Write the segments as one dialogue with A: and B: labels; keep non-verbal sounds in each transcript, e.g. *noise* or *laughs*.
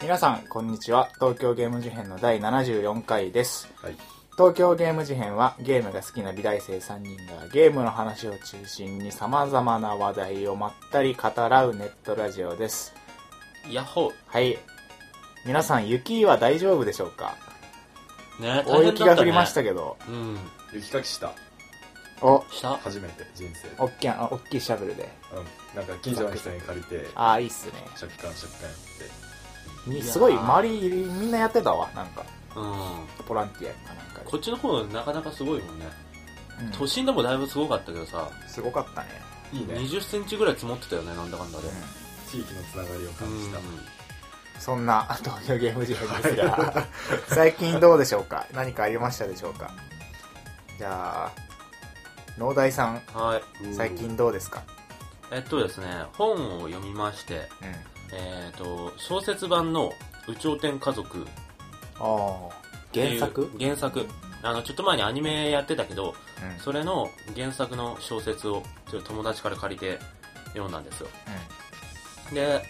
A: 皆さんこんにちは東京ゲーム事変の第74回です
B: はい。
A: 東京ゲーム事変はゲームが好きな美大生3人がゲームの話を中心に様々な話題をまったり語らうネットラジオです
C: ヤッホ
A: はい皆さん雪は大丈夫でしょうか
C: ーね
A: 大雪が降りましたたけど、
C: ねうん
B: 雪かきした。
A: お
C: した
B: 初めて、人生。
A: おっきなあおっきいシャベルで
B: うん。なんか、近所の人に借りて、
A: ああいいっすね
B: シャキカンシャキカンやっ
C: いやー
A: すごい周りみんなやってたわなんか
C: うん
A: ボランティアかなんかで
C: こっちの方なかなかすごいもんね
A: うん
C: 都心でもだいぶすごかったけどさ
A: すごかったね、
B: て。いい
C: 2
B: ね。
C: 0センチぐらい積もってたよねなんだかんだで
A: う
B: 地域のつながりを感じた。
A: ん、そんな東京ゲーム事変ですが最近どうでしょうか何かありましたでしょうかじゃあ農大さん
C: はい
A: 最近どうですか
C: えっとですね本を読みまして
A: うん
C: えっと小説版の「宇宙天家族」
A: ああ
C: ってい
A: 原
C: う
A: 作
C: 原作あのちょっと前にアニメやってたけど
A: うんうん
C: それの原作の小説をちょっと友達から借りて読んだんですよで、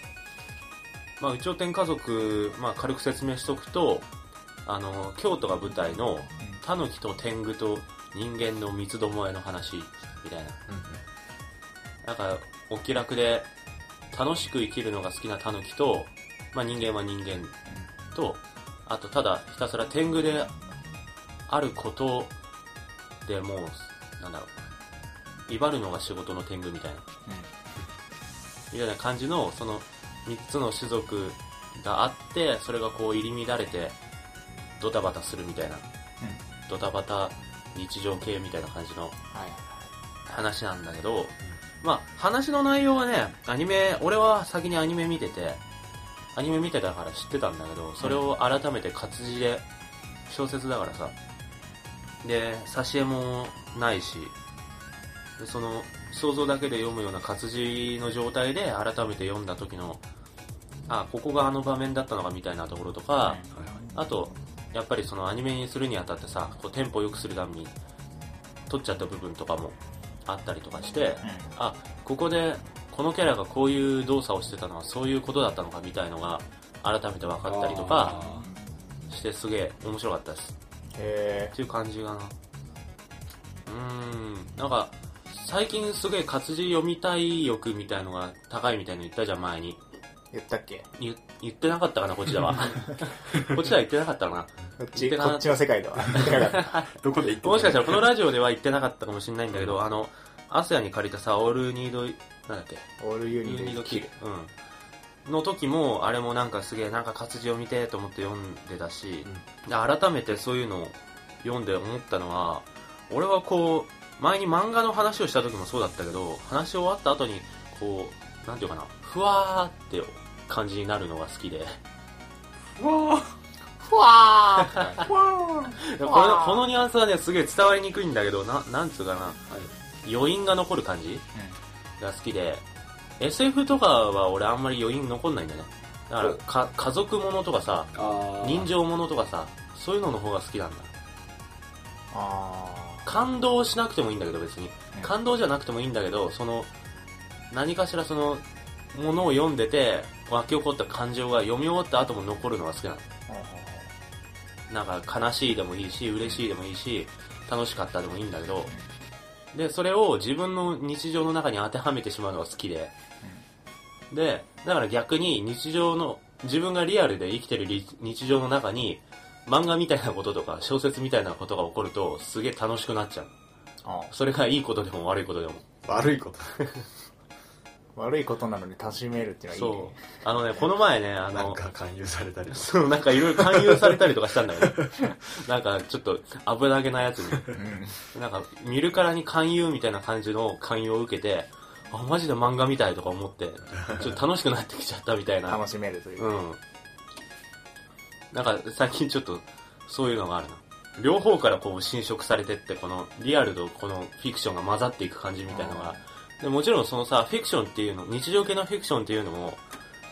C: まあ、宇宙天家族、まあ、軽く説明しとくとあの京都が舞台のタヌキと天狗と人間の三つどもえの話みたいななんかお気楽で楽しく生きるのが好きなタヌキと、まあ、人間は人間とあとただひたすら天狗であることでもうなんだろう威張るのが仕事の天狗みたいなみたいな感じのその3つの種族があってそれがこう入り乱れてドタバタするみたいな、ドタバタ日常系みたいな感じの
A: はい
C: 話なんだけど、まあ話の内容はねアニメ俺は先にアニメ見ててアニメ見てたから知ってたんだけどそれを改めて活字で小説だからさで挿絵もないしでその想像だけで読むような活字の状態で改めて読んだ時のあここがあの場面だったのかみたいなところとか、あとやっぱりそのアニメにするにあたってさこうテンポ良くするために取っちゃった部分とかもあったりとかして、あここでこのキャラがこういう動作をしてたのはそういうことだったのかみたいのが改めて分かったりとか
B: あ
C: してすげえ面白かったです
A: え
C: っていう感じかなうーんなんか最近すげえ活字読みたい欲みたいのが高いみたいの言ったじゃん前に
A: ー、言ったっけ
C: 言言ってなかったかなこっちではこっちでは言ってなかったかな
A: こっ
C: 言っ
A: ち
C: てな
A: こっちの世界では言ってなかった
B: ーどこで行って
C: もしかした
B: ら。
C: らこのラジオでは言ってなかったかもしれないんだけどあのアスヤに借りたさオールニードなんだっけ
A: オールユニ
C: 12
A: で
C: の
A: 切
C: 切
A: る
C: る、うん、の時もあれもなんかすげえなんか活字を見てと思って読んでたし、で改めてそういうのを読んで思ったのは俺はこう前に漫画の話をした時もそうだったけど話し終わった後にこうなんていうかなふわーって感じになるのが好きで
B: わ
A: ふわーふわー
C: このこのニュアンスはねすげえ伝わりにくいんだけどななんつうかな余韻が残る感じが好きで SF とかは俺あんまり余韻残んないんだねだからか家族ものとかさ
B: あー
C: 人。情ものとかさそういうのの方が好きなんだ
A: あ
C: 感動しなくてもいいんだけど別に
A: うん
C: 感動じゃなくてもいいんだけどその何かしらそのものを読んでて湧き起こった感情が読み終わった後も残るのが好きなの
A: ー
C: なんか悲しいでもいいし嬉しいでもいいし楽しかったでもいいんだけどでそれを自分の日常の中に当てはめてしまうのが好きででだから逆に日常の自分がリアルで生きてる日日常の中に漫画みたいなこととか小説みたいなことが起こるとすげえ楽しくなっちゃう
A: あー
C: それがいいことでも悪いことでも
B: 悪いこと。
A: 悪いことなのに楽しめるっていうのはいいね
C: そうあのねこの前ねあ
B: なん
C: の
B: か勧誘されたり。
C: *laughs* そうなんかいろいろ勧誘されたりとかしたんだけどなんかちょっと危なげなやつに
A: うん
C: なんか見るからに勧誘みたいな感じの勧誘を受けてあマジで漫画みたいとか思ってちょっと楽しくなってきちゃったみたいな
A: *laughs* 楽しめるという
C: う
A: か
C: ん。なんか最近ちょっとそういうのがあるな。両方からこう侵食されてって、このリアルとこのフィクションが混ざっていく感じみたいなのが。でもちろんそのさ、フィクションっていうの、日常系のフィクションっていうのも、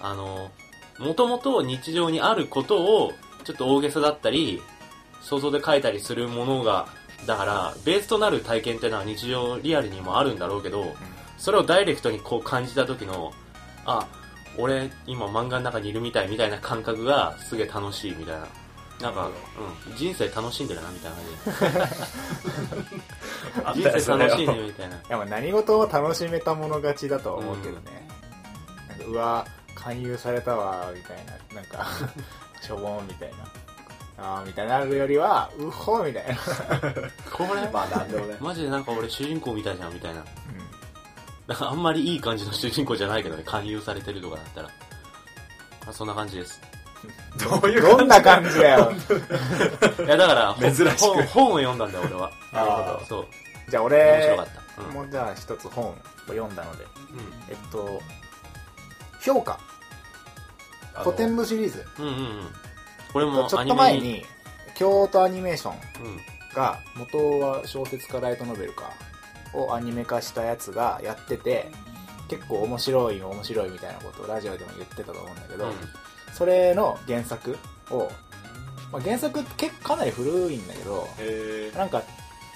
C: あの、もともと日常にあることをちょっと大げさだったり、想像で書いたりするものが、だから、ベースとなる体験っていうのは日常リアルにもあるんだろうけど、それをダイレクトにこう感じた時の、あ、俺今漫画の中にいるみたいみたいな感覚がすげえ楽しいみたいななんか、うん、人生楽しんでるなみたいな感じ人生楽
B: あったよそれは
C: しいねみたいな
A: やっぱ何事を楽しめたもの勝ちだとは思うけどね、なんかうわ勧誘されたわみたいななんか *laughs* しょぼんみたいなあーみたいなのよりはうほみた
C: *laughs*
A: いな、
C: これ、
B: まあなんでもね
C: マジでなんか俺主人公みたいじゃんみたいななんかあんまりいい感じの主人公じゃないけどね勧誘されてるとかだったら、まあ、そんな感じです
B: どう
A: う
B: い
A: ん、
B: う
A: どんな感じだ
C: *laughs*
A: よ
C: いやだから本
B: 珍しく
C: 本本を読んだんだよ俺は
A: なるほど
B: あ
C: そう
A: じゃあ
C: 面白
A: 俺
C: かった、うん
A: もうじゃあ一つ本を読んだので
C: うん
A: えっと評価
B: あの
A: 古典部シリーズ
C: うんうんうん。これ
A: ちょっ
C: もアニ
A: と
C: メ
A: 前
C: に。
A: に京都アニメーション
C: うん。
A: が元は小説かライトノベルかをアニメ化したやつがやってて結構面白い面白いみたいなことをラジオでも言ってたと思うんだけど、
C: う
A: それの原作を、まあ、原作って結構かなり古いんだけど
B: え
A: なんか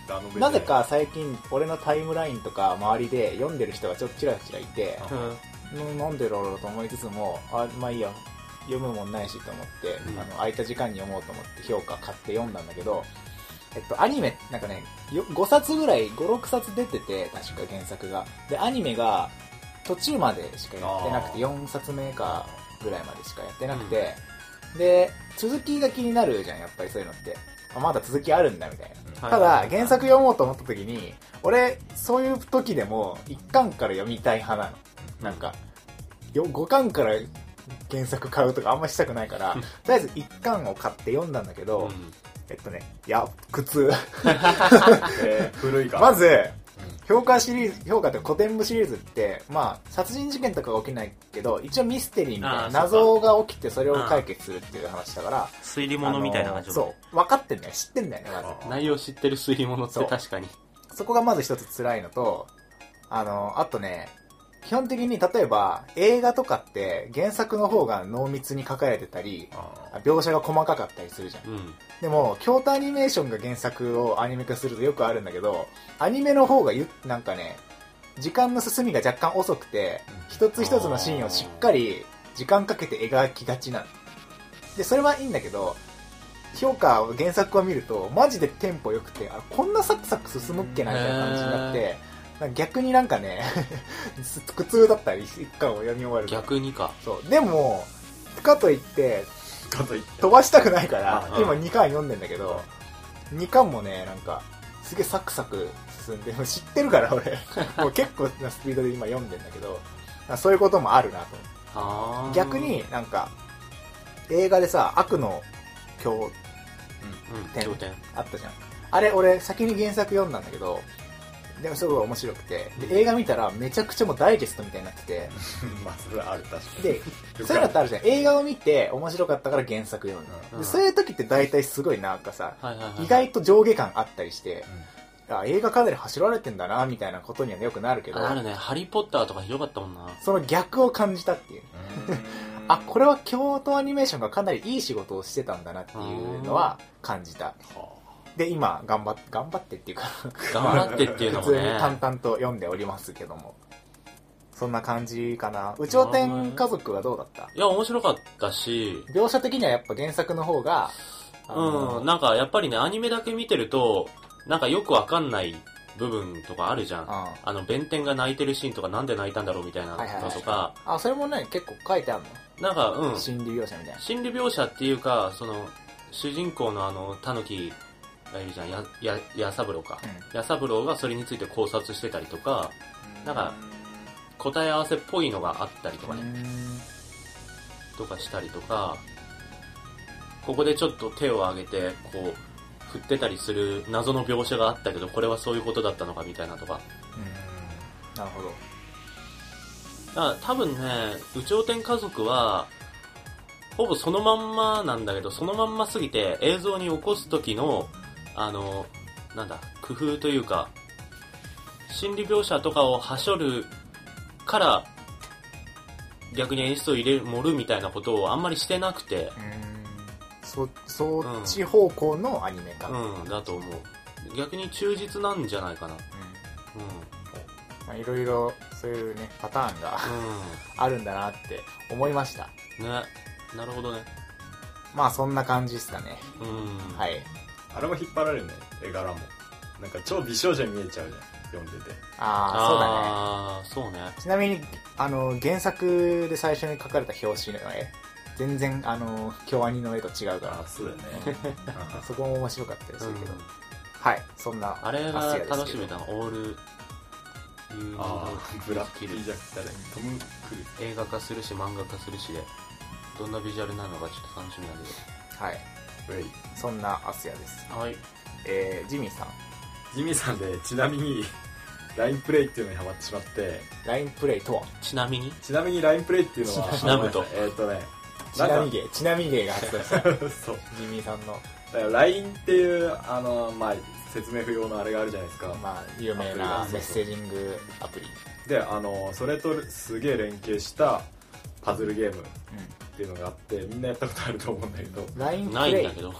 B: ーあの
A: なぜか最近俺のタイムラインとか周りで読んでる人がちょっとちらちらいて
C: ん。
A: うんなんでだろうと思いつつもあまあいいや読むもんないしと思って、
C: うん
A: あの空いた時間に読もうと思って評価買って読んだんだけど、えっと、アニメなんかねよ5冊ぐらい56冊出てて確か原作がでアニメが途中までしかやってなく
B: あ
A: て
B: ー
A: 4冊目かぐらいまでしかやってなくて、で続きが気になるじゃんやっぱりそういうのってあまだ続きあるんだみたいな
C: はい
A: ただ原作読もうと思った時に俺そういう時でも一巻から読みたい派なのなんかよ5巻から原作買うとかあんましたくないからとりあえず1巻を買って読んだんだけ
C: う
A: ど、
C: ん。
A: えっとねいや苦痛
B: えー古いから
A: まず評価シリーズ評価って古典部シリーズってまあ殺人事件とかは起きないけど一応ミステリーみたい
C: あ
A: な
C: ーそうか
A: 謎が起きてそれを解決するっていう話だから
C: 推理
A: あ
C: 物
A: の
C: みたいな感じ
A: そう分かってんだよ知ってんだよねまず
B: あ
C: 内容知ってる推理物って
A: そう
C: 確かに。
A: そこがまず一つ辛いのと、あの、あとね、基本的に例えば映画とかって原作の方が濃密に書かれてたり、
B: あー
A: 描写が細かかったりするじゃん
C: う。ん。
A: でも、京都アニメーションが原作をアニメ化するとよくあるんだけど、アニメの方がゆ、なんかね、時間の進みが若干遅くて
B: うん、
A: 一つ一つのシーンをしっかり時間かけて描きがちなの。で、それはいいんだけど、評価を原作を見ると、マジでテンポ良くて、あ、こんなサクサク進むっけなみたいな感じになって、なんか逆になんかね、 *laughs* 苦痛だったり、一巻を読み終わると。
C: 逆にか。
A: そう。でも、かといって、
B: かといって
A: 飛ばしたくないから
B: あ、うん
A: 今2巻読んでんだけど、2巻もね、なんか、すげえサクサク進んで、 *laughs* もう知ってるから俺、もう結構なスピードで今読んでんだけど、あそういうこともあるなと思って。
C: あー
A: 逆、になんか、映画でさ、悪の教
C: うん。
A: 点
C: 頂点。
A: あったじゃん。あれ俺先に原作読んだんだけど、でもすごい面白くて、で映画見たらめちゃくちゃもうダイジェストみたいになってて、
B: まあそれはある確かに
A: で、そういうのってあるじゃん。映画を見て面白かったから原作読んだ。
C: うん
A: でそういう時って大体すごいなんかさ、
C: はいはいはい。
A: 意外と上下感あったりして、あ映画かなり走られてんだなみたいなことにはよくなるけど
C: あるね。ハリーポッターとかひどかったもんな。
A: その逆を感じたっていうあこ
B: れ
A: れは京都アニメーションがかなりいい仕事をしてたんだなっていうのは感じたで今頑張っ頑張ってっていうか
C: 頑張ってっていうのも
A: 普通に
C: ね。
A: 淡々と読んでおりますけどもそんな感じかな「有頂天家族」はどうだった
C: いや、面白かったし、
A: 描写的にはやっぱ原作の方があの
C: うん。なんかやっぱりね、アニメだけ見てると、なんかよくわかんない部分とかあるじゃん。
A: あ
C: あの、弁天が泣いてるシーンとかなんで泣いたんだろうみたいな
A: はいはいはい
C: のとか、
A: あそれもね結構書いてある
C: なんか、う
A: の、
C: ん。
A: 心理描写みたいな
C: 心理描写っていうかその主人公のあのタヌキがいるじゃんやややさぶろうか
A: う
C: やさぶろうがそれについて考察してたりとかなんか答え合わせっぽいのがあったりとかね、
A: うん
C: とかしたりとかここでちょっと手を挙げてこう振ってたりする謎の描写があったけどこれはそういうことだったのかみたいなとか
A: なるほど
C: だから多分ね「有頂天家族は」ほぼそのまんまなんだけどそのまんますぎて映像に起こす時のあのなんだ工夫というか心理描写とかをはしょるから逆に演出を入れる盛るみたいなことをあんまりしてなくて
A: そそっち方向のアニメ化、
C: うんだと思う逆に忠実なんじゃないかなうん
A: まあ、いろいろそういうねパターンがあるんだなって思いました
C: うんねなるほどね
A: まあそんな感じですかね
C: うん
A: はいい
B: あれも引っ張られるね絵柄もなんか超美少女に見えちゃうじゃん読んでて
A: ああ
C: ああそうだね
A: そ
C: そうね
A: うだねちなみにあの原作で最初に描かれた表紙の絵全然あの京アニの絵と違うか
B: あそうだよね *laughs*
A: らそこも面白かったりするけど、
C: うん
A: はいそんな
C: あれ
A: アス
C: が
A: ヤですけど
C: 楽しめたのオールユー
B: あ
C: ロ
B: あブラッキージャックだねトム・クルーズ
C: 映画化するし漫画化するしでどんなビジュアルなのかちょっと楽しみなんで
A: はい
B: ウェイ
A: そんなアスヤです
C: はい
A: えー、ジミーさん
B: ジミーさんでちなみに LINE プレイっていうのにハマってしまって
A: LINE プレイとは
C: ちなみに
B: ちなみに LINE プレイっていうのは
C: ちなむと
B: えーっとね
A: ち
B: なんか
A: なみ芸ちなみ芸が発動した
C: *laughs*
B: *laughs* そう
A: ジミーさんの
B: だから LINE っていうあのまあ説明不要のあれがあるじゃないですか
A: まあ有名なメッセージングアプリ
B: であのそれとすげえ連携したパズルゲームっていうのがあってみんなやったことあると思うんだけど
A: LINE
C: な
A: プ
C: いん
A: レ
C: だ
A: イ
C: けど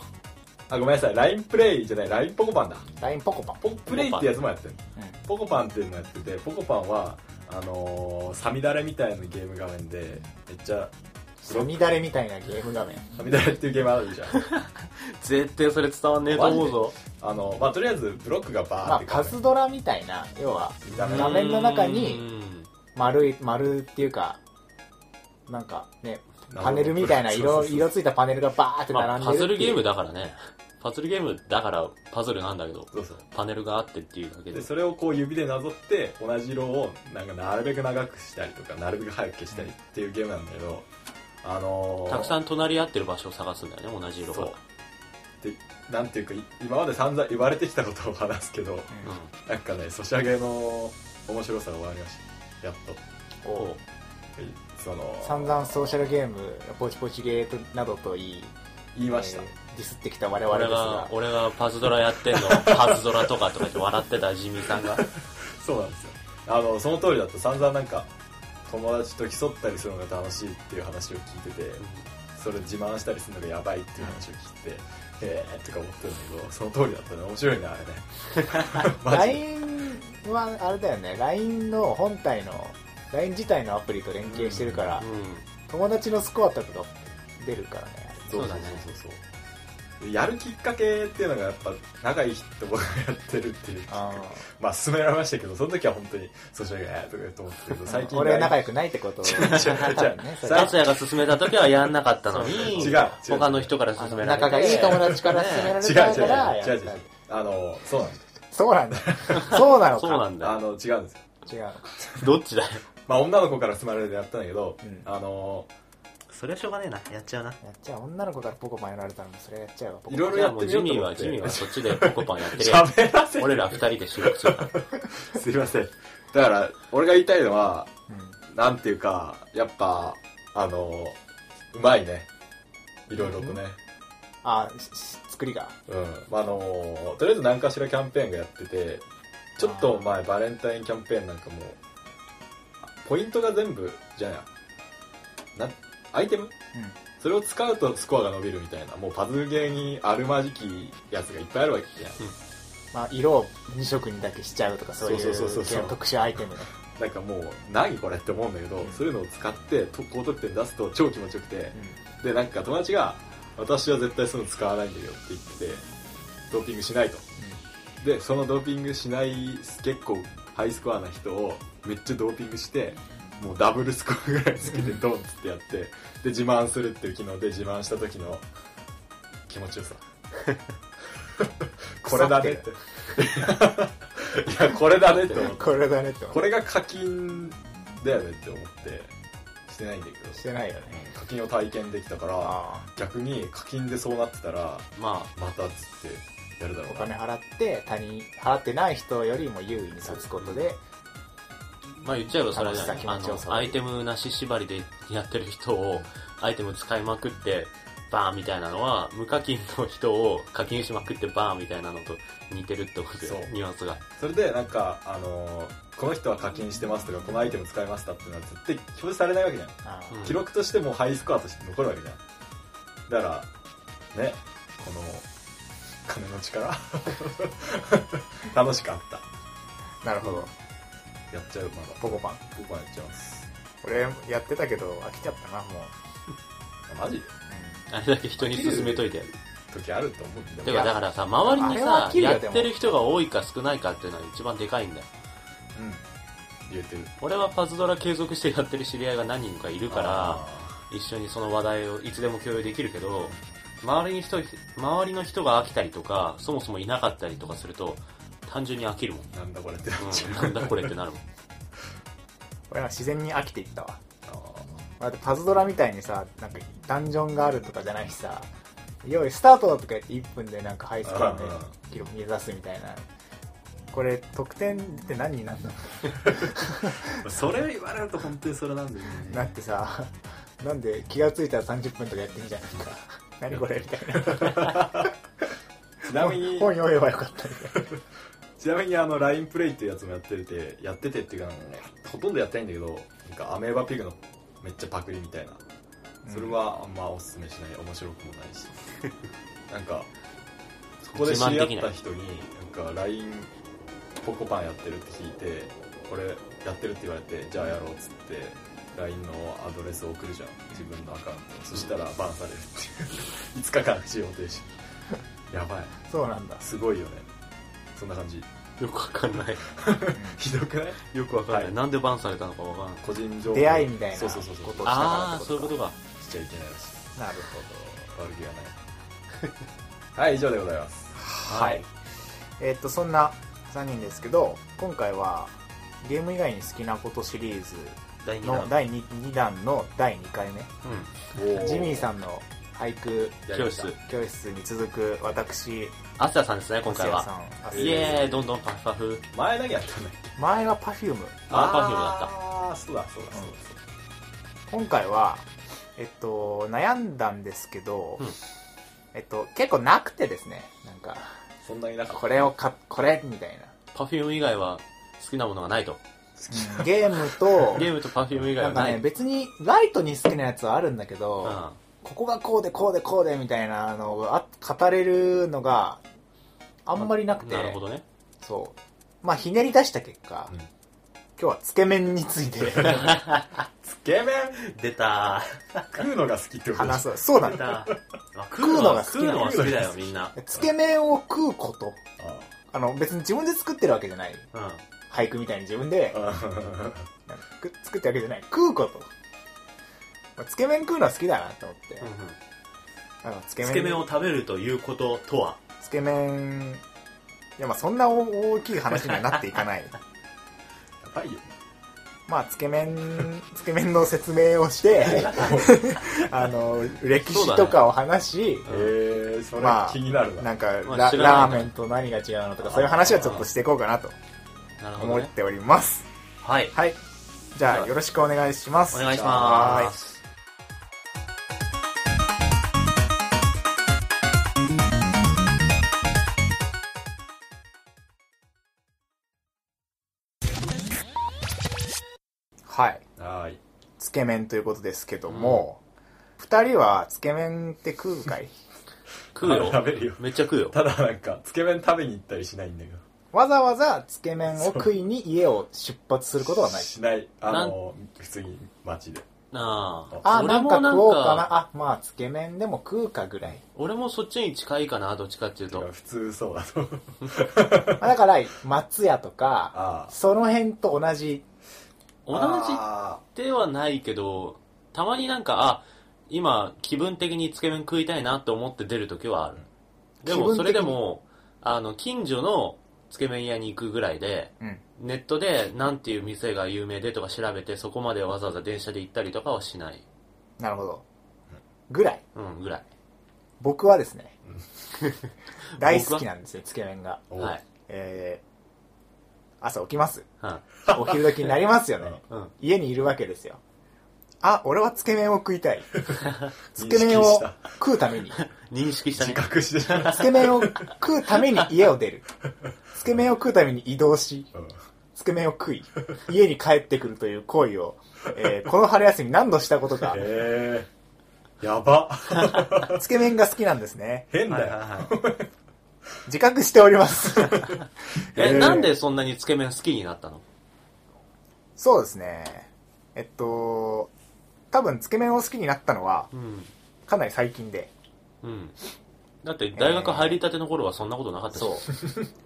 B: あごめんなさい LINE プレイじゃない LINE ポコパンだ
A: LINE ポコパン
B: ポプレイってやつもやってる
A: う
B: ポコパンっていうのやっててポコパンはあのーサミダレみたいなゲーム画面でめっちゃ
A: んみだれみたいなゲーム画面
B: サミダレっていうゲームあるじゃん
A: *laughs*
C: 絶対それ伝わんねえと思うぞ
B: あのまあとりあえずブロックが
A: ま
B: バーっ
A: あ
B: て
A: パズドラみたいな要は
B: 見た
A: *laughs*
B: 目
A: 画面の中に
C: うん
A: 丸い丸っていうかなんかねパネルみたいな色色
B: つ
A: ついたパネルがバーって
C: まあ
A: 並んでる
C: パズルゲーム
A: だ
C: だからねパズルゲームだからパズルなんだけど
B: そうそう
C: パネルがあってっていうだけで
B: でそれをこう指でなぞって同じ色をなんかなるべく長くしたりとかなるべく早く消したりっていうゲームなんだけどあのー
C: たくさん隣り合ってる場所を探すんだよね同じ色が
B: そうでなんていうかい今まで散々言われてきたことを話すけど
C: う
B: なんかねソシャゲの面白さが分かりましたやっと
C: んおう
B: その
A: 散々ソーシャルゲームポチポチゲートなどと言い
B: 言いました、
A: えーディスってきた我々です
C: 俺が
A: が
C: 俺がパズドラやってん *laughs* のパズドラとかとか言って笑ってたジミーさんが
B: そうなんですよあのその通りだと散々なんか友達と競ったりするのが楽しいっていう話を聞いててそれ自慢したりするのがやばいっていう話を聞いてえーとか思ってるんだけどその通りだったね面白いねあ
A: *laughs*
B: れねマジで
A: LINE はあれだよね LINE の本体の LINE 自体のアプリと連携してるから、
C: うん
A: 友達のスコアとかが出るからね
B: そうそうそうそうそうやるきっかけっていうのがやっぱ仲いい人がやってるっていう
A: あ
B: まあ勧められましたけどその時は本当に「そうしようや」とか言うと思ってたけど最
A: ー
B: 近
A: 俺が仲
B: い
A: 良くないってことを
B: *laughs* 違う違う
A: ね *laughs* それ
B: さ
C: 達也が勧めた時はやんなかったのに
B: 違う違う
C: 他の人から勧められて
A: 仲がいい友達から勧められ
B: 違う
A: た
B: 違
A: から
B: う違う違う違
A: やっ
B: う
A: た
B: あのそうなんです
A: そうなんだそう
B: *laughs*
A: なのか
C: そうなんだよ
B: あの違うんですよ
A: 違うのか
C: どっちだよ
B: まあ女の子から勧められてやったんだけど、
A: うん
B: あの
C: それはしょうがねえなやっちゃうな
A: やっちゃう女の子からポコパンやられたらもうそれやっちゃうわポコ
B: いろいろ
C: じゃ
B: や
C: あ
B: っ
C: もう
B: てみ
C: ジ
B: よう
C: ミ
B: と
C: ー
B: 思っ
C: は
B: て
C: ジミーはそっちでポコパンやってるやん
B: 喋ら *laughs* せ
C: 俺ら二人で収録するから
B: すいませんだから俺が言いたいのは
A: うん
B: なんていうかやっぱあのうまいねいろいろとね、
A: あしし作りが
B: うんまああのとりあえず何かしらキャンペーンがやっててちょっと前バレンタインキャンペーンなんかもポイントが全部じゃないなアイテム、それを使うとスコアが伸びるみたいなもうパズルゲーにあるまじきやつがいっぱいあるわけじゃん
A: まあ色を2色にだけしちゃうとかそういう
B: そうそうそうそう
A: 特殊アイテムね
B: なんかもう何これって思うんだけど、そういうのを使ってと高得点出すと超気持ちよくてでなんか友達が「私は絶対そういうの使わないんだよ」って言っててドーピングしないとでそのドーピングしない結構ハイスコアな人をめっちゃドーピングしてもうダブルスコアぐらいつけてドンっつってやってで自慢するっていう機能で自慢した時の気持ちよ *laughs* さこれだねって *laughs* いやこれだねって
A: う
B: 思
A: ん
B: っ
A: こ
B: た
A: れだねって思う
B: これが課金だよねって思ってしてないんだけど
A: してないよね
B: 課金を体験できたから
A: あ
B: 逆に課金でそうなってたら
C: ま
B: またっつってやるだろ
A: あお
B: う
A: 金
B: な
A: 払って他人払ってない人よりも優位に立つことで
C: あまあ言っちゃえばそれはね
A: 楽しさ
C: あ
A: 気持ちよさ
C: のアイテムなし縛りでやってる人をアイテム使いまくってバーンみたいなのは無課金の人を課金しまくってバーンみたいなのと似てるってことで
B: そう
C: ニュアンスが
B: それでなんか、あのーこの人は課金してますとかこのアイテム使いましたっていうのは絶対表示されないわけじゃん、
A: あ
C: うん
B: 記録としてもハイスコアとして残るわけじゃんだからねこの
A: *laughs*
B: 金の力楽しかった
A: あなるほど
B: やっちゃうまだ
A: ポコパン
B: 僕はやっちゃいます
A: 俺やってたけど飽きちゃったなもう、
B: あマジで
C: あれだけ人に勧めといて。
B: 時あると思うんだ
C: て
B: よ
C: か、だからさ、周り
A: あ
C: に
A: れは飽
C: さ、
A: きるよ
C: やってる人が多いか少ないかっていうのは一番でかいんだよ。
A: うん、うん、
B: 言えてる
C: 俺はパズドラ継続してやってる知り合いが何人かいるから、
B: あ
C: 一緒にその話題をいつでも共有できるけど、周りに人、周りの人が飽きたりとか、そもそもいなかったりとかすると、単純に飽きるもん。
B: ーなんだこれってなっち
C: うん、
B: ゃう、
C: なんだこれってなるもん。
A: 俺は自然に飽きていったわ
B: あー
A: だってパズドラみたいにさなんかダンジョンがあるとかじゃないしさ用意スタートとかやって1分でなんかハイスコアで
B: うんうん
A: 記録目指すみたいなこれ得点って何になるの
B: それ言われると本当にそれなんだよね
A: なってさ *laughs* なんで気がついたら30分とかやってんじゃないか何これみたいな
B: ちな *laughs* みに
A: 本読めばよかったみたい
B: ちなみにあの LINE プレイっていうやつもやっててやっててっていうかあのねほとんどやってないんだけどなんかアメーバピグのめっちゃパクリみたいな
A: うん
B: それはあんまおすすめしない面白くもないしなんかそこで知り合った人になんか LINE ポコパンやってるって聞いてこれやってるって言われてじゃあやろうっつって LINE のアドレスを送るじゃん自分のアカウントそしたらバンされるっていう *laughs* 5日間使用停止やばい
A: なそうなんだ、
B: すごいよねそんな感じ
C: よくわかんない。
B: ひどくない
C: よくわかんない。
B: はい
C: なんでバンされたのかわかんない。
B: 個人情報
A: 出会いみたいな
B: そうそうそうそう
A: こと
B: あ
C: ああー、そういうことか。
B: しちゃいけないらしい
A: なる
B: 悪気がないはい以上でございます
A: ほどはいえっとそんな3人ですけど今回はゲーム以外に好きなことシリーズ
C: 第2
A: の
C: 弾。
A: 第 2, 2弾の第2回目 *laughs* ジミーさんの俳句
B: ん
C: うん。教室。
A: 教室に続く私
C: アスヤさんですね、今
A: 松
C: 回
A: 屋
C: は。
A: さんあ
B: ん
C: イエーイ、どんどんパフパフ。
B: 前何やったんだっけ
A: 前は Perfume
C: あーパフュームだった。
B: ああそうだそうだそうだ、
A: 今回はえっと悩んだんですけど、
C: うん
A: えっと結構なくてですねなんか
B: そんなになんか
A: これをかこれみたい
C: パフューム以外は好きなものがないと。
A: なゲームと
C: ゲームとパフューム以外
A: な
C: は
A: んか
C: ない。
A: ね別にライトに好きなやつはあるんだけど、
C: うん。
A: ここがこうでこうでこうでみたいなのをあ語れるのがあんまりなくて
C: なるほどね。
A: そうまあひねり出した結果、
B: うん
A: 今日はつけ麺につい
C: *laughs*
A: て
B: つけ麺
C: 出た
B: 食うのが好きってこと
A: 話そうそうな
C: ー。出
A: ん
C: た
A: だ
C: ー。まあ *laughs* 食
A: うのが
C: 食うのが好きだよ、みん *laughs* な。
A: つけ麺を食うこと
B: あ
A: あの別に自分で作ってるわけじゃない
C: うん。
A: 俳句みたいに自分で
B: あ
A: なんかく作ってるわけじゃない食うことまあつけ麺食うのは好きだなと思って、あのつけ
C: つ
A: 麺
C: け麺を食べるということとは
A: つけ麺いやまあそんな大大きい話にはなっていかない *laughs*
B: やばいよ
A: まあつけ麺つけ麺の説明をして
C: *laughs*
A: あの歴史とかを話し、
B: へえそれ
A: まあ
B: 気になるな、
A: なんかラ,、
C: まあ知らない
A: ラーメンと何が違うのとかそういう話はちょっとしていこうかなと
C: なるほ
A: 思
C: ど
A: っ
C: ね。
A: ております、
C: はい。
A: はいじゃあよろしくお願いします
C: お願いし
A: はー
C: ま
A: い
C: す。
A: はい
B: はーい
A: つけ麺ということですけども、二人はつけ麺って食うかい
C: 食うよ。
B: 食べるよ
C: めっちゃ食うよ。
B: ただなんかつけ麺食べに行ったりしないんだけど
A: わざわざつけ麺を食いに家を出発することはない
B: しないあの普通に街で
C: なあ。
A: あ
C: 俺
A: なん
C: も
A: か
C: なん
A: 食おうかな
C: か
A: あまあつけ麺でも食うかぐ
C: *laughs*
A: らい
C: 俺もそっちに近いかな、どっちかっていうと。
B: 普通そうだと思う
A: まあだから松屋とか
B: あ
A: その辺と同じ
B: あ
C: 同じ
B: あ
C: ではないけど、たまになんか、あ、今、気分的につけ麺食いたいなって思って出るときはある。で
A: 気分的
C: も、
A: に
C: それでも、あの、近所のつけ麺屋に行くぐらいで、
A: うん
C: ネットで、なんていう店が有名でとか調べて、そこまでわざわざ電車で行ったりとかはしない。
A: なるほどぐらい
C: うん、ぐらい。
A: 僕はです
C: *laughs*
A: ね大好きなんですよつけ麺が
B: ーお
C: はい。
A: えー、朝起きます
C: うん。
A: お昼時になりますよね
C: *laughs* うん。
A: 家にいるわけですよあ俺はつけ麺を食い
C: *laughs*
A: たいつ
B: 認
A: け
B: 識
A: 麺
B: し
A: を
B: た
A: 食うために
C: 認識した
B: 自
C: ね。
B: 覚してた
A: つけ麺を食うために家を出るつけ麺を食うために移動し
B: うん
A: つけ麺を食い家に帰ってくるという行為を、えーこの春休み何度したことか
B: へえやば
A: つけ麺が好きなんですね
B: 変
C: はいはい
B: だよ、
C: *laughs* はい。
A: 自覚しております
C: え、
A: ー
C: なんでそんなにつけ麺好きになったの
A: そうですね。えっと、多分、つけ麺を好きになったのは、
C: うん。
A: かなり最近で。
C: うん。だって、大学入りたての頃はそんなことなか *laughs* ったし。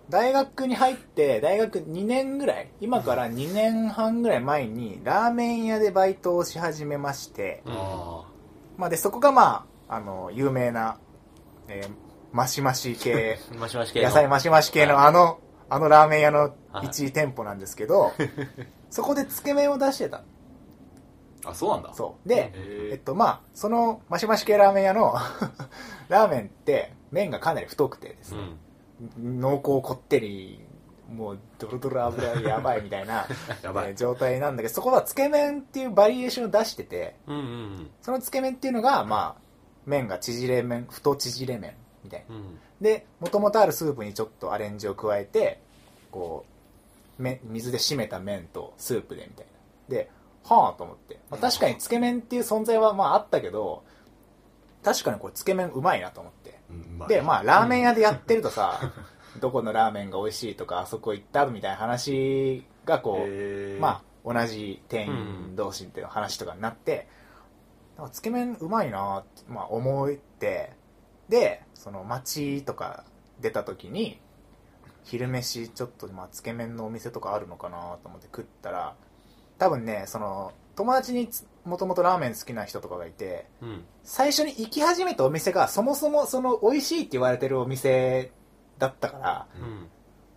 A: 大学に入って、大学2年ぐらい、今から2年半ぐらい前に、ラーメン屋でバイトをし始めまして、
C: うん
B: あ
A: まあ、で、そこがまあ、あの、有名な、えーマシマシ系、
C: マシマシ系の。
A: 野菜マシマシ系のあの、あのラーメン屋の
C: はい
A: 1店舗なんですけ
C: *laughs*
A: ど、そこでつけ麺を出してた。
B: ーあそうなんだ
A: そう。で、えっ
B: へ
A: と、まあ、その、マシマシ系ラーメン屋の、 *laughs* ラーメンって、麺がかなり太くてです
C: う
A: ね、
C: ん。
A: 濃厚こってり、もう、ドロドロ油やばいみたい
C: *laughs*
A: な、
B: ーやば
A: えー
B: い
A: 状態なんだけど、そこはつけ麺っていうバリエーションを出してて、
C: うんうん
A: そのつけ麺っていうのが、まあ、麺が縮れ麺、太縮れ麺みたいな。
C: うん。うん。
A: で、元々あるスープにちょっとアレンジを加えて、こう、め水で締めた麺とスープでみたいな。で、はぁと思って。まあ、確かにつけ麺っていう存在はまああったけど、確かにこれつけ麺うまいなと思って。
B: うんまあ
A: で、まあラーメン屋でやってるとさ、どこのラーメンが美味しいとか、あそこ行ったみたいな話がこう、
B: へー
A: まあ同じ店員同士っていう話とかになって、なんかつけ麺うまいなって、まあ、思ってでその街とか出た時に昼飯ちょっとまあつけ麺のお店とかあるのかなと思って食ったら多分ねその友達につもともとラーメン好きな人とかがいて
C: うん。
A: 最初に行き始めたお店がそもそもその美味しいって言われてるお店だったから
C: うん。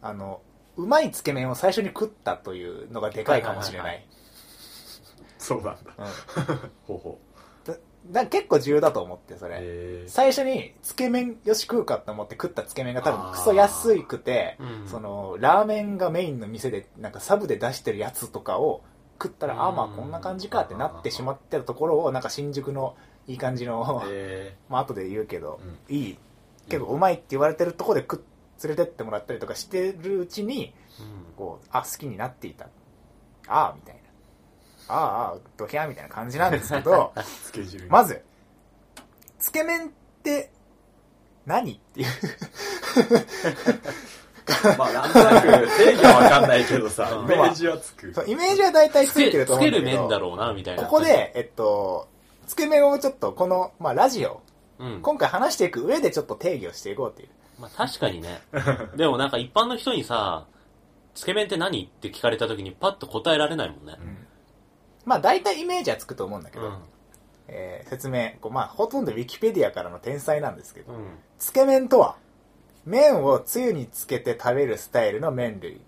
A: あの、うまいつけ麺を最初に食ったというのがでかいかもしれな
C: は
A: い。
C: い
B: そうなんだ
A: うん
B: ほうほう
A: だだ結構重要だと思って、それ。
B: へー
A: 最初につけ麺よし食うかと思って食ったつけ麺が多分クソ安くて、
C: うん。
A: その、ラーメンがメインの店で、なんかサブで出してるやつとかを食った
C: う
A: ら、
C: ん
A: ああまあこんな感じかってなってしまってたところを、なんか新宿のいい感じの、
B: へ
A: まあ後で言うけど、
B: う
A: いい、結構うまいって言われてるとこで食っ連れてってもらったりとかしてるうちに、
C: うん。
A: こう、あ、好きになっていた。ああ、みたいな。ああ、ああ、ドキャーみたいな感じなんですけど、
B: スケジュール
A: ま
B: ず
A: ず、つけ麺って何、っていう。 *laughs*
B: まあなんとなく定義はわかんないけどさ
C: うん
B: イメージはつく
A: そうイメージは大体
C: つ
A: つい
C: け
A: てると
C: つ
A: 思う
C: け
A: んだ
C: る
A: け
C: 面
A: ど、
C: だろうな、みたいな。
A: ここ、で、えっと、つけ麺をちょっとこの、まあ、ラジオ、
C: うん。
A: 今回話していく上でちょっと定義をしていこうっていう。
C: まあ確かにね。でもなんか一般の人にさ、つけ麺って何って聞かれた時にパッと答えられないもんね。
A: まあ、大体イメージはつくと思うんだけ
C: う
A: ど、
C: ん。
A: えー説明、こうまあ、ほとんどウィキペディアからの天才なんですけど
C: う、ん。
A: つけ麺とは麺をつゆにつけて食べるスタイルの麺類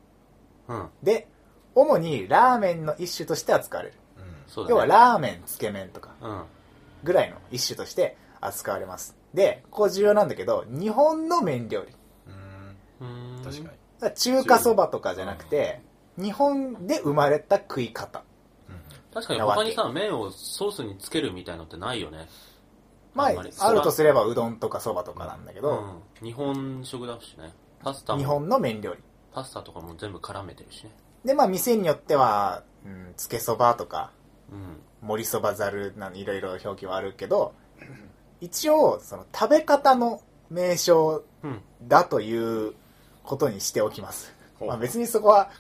C: うん。
A: で主にラーメンの一種として扱われる、
B: うん
C: そうだね。
A: 要はラーメンつけ麺とか
C: うん。
A: ぐらいの一種として扱われますでここ重要なんだけど日本の麺料理だか
B: うん
C: うーん
B: 確かに
A: ら中華そばとかじゃなくて日本で生まれた食い方
B: うん
C: 確かに他にさ、麺をソースにつけるみたいのってないよね。
A: まあ
C: あんまり
A: あるとすればうどんとかそばとかなんだけど、
C: うん。日本食だしね。パスタ
A: 日
C: も、
A: 本の麺料理
C: パスタとかも全部絡めてるしね。
A: でまあ店によっては、うん、つけそばとか
C: うん。
A: 盛りそばざるなんいろいろ表記はあるけど一応その食べ方の名称
C: うん。
A: だということにしておきます、
B: ほう
A: まあ、別にそこは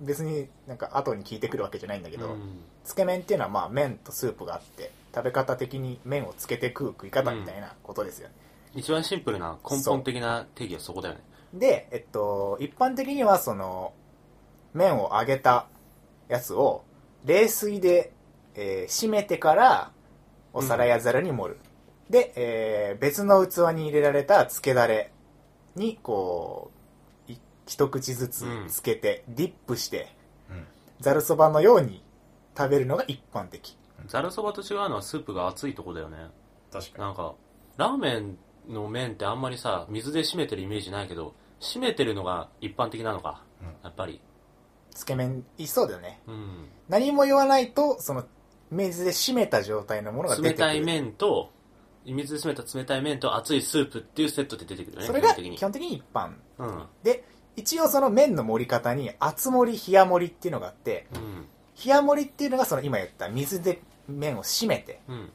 A: 別になんか後に聞いてくるわけじゃないんだけど、
C: うん
A: つけ麺っていうのはまあ麺とスープがあって食べ方的に麺をつけて食う食い方みたいなことですよね、
C: 一番シンプルな根本的な定義はそこだよね。
A: で、えっと、一般的にはその麺を揚げたやつを冷水で、えー締めてからお皿やざるに盛る、で、えー別の器に入れられたつけだれにこうい一口ずつつけて、ディップして
B: うん
A: ざるそばのように食べるのが一般的
C: ざるそばと違うのはスープが熱いとこだよね。
B: 確か
C: なんか、ラーメンの麺ってあんまりさ、水で締めてるイメージないけど、締めてるのが一般的なのか。
B: うん
C: やっぱり。
A: つけ麺いそうだよね
C: うん。
A: 何も言わないとその水で締めた状態のものが出て
C: 冷
A: くる
C: たい麺と、水で締めた冷たい麺と熱いスープっていうセットで出てくるよね。
A: それが
C: 基本
A: 基
C: 的に。
A: 本的に一般
C: うん。
A: で、一応その麺の盛り方に、厚盛り、冷や盛りっていうのがあって、
C: うん。
A: 冷や盛りっていうのがその今言った水で麺を締めて、
C: うん。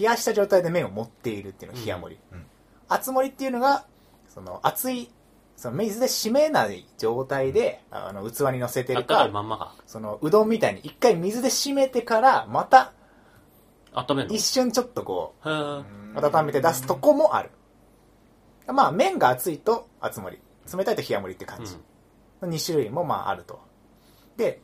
A: 冷やした状態で麺を持っているっていうのが冷や盛り。
B: うんうん
A: 厚盛りっていうのが、その熱いその水で締めない状態で、あの、器に乗せて
C: あ
A: る
C: ったかい
A: か、
C: まんまか。
A: その、うどんみたいに一回水で締めてから、また
C: 温めるの
A: 一瞬ちょっとこ
C: へー
A: う、温めて出すとこもある。まあ、麺が熱いと熱盛り、冷たいと冷や盛りって
C: う
A: 感
C: ん
A: じ。の2種類もまああると。で、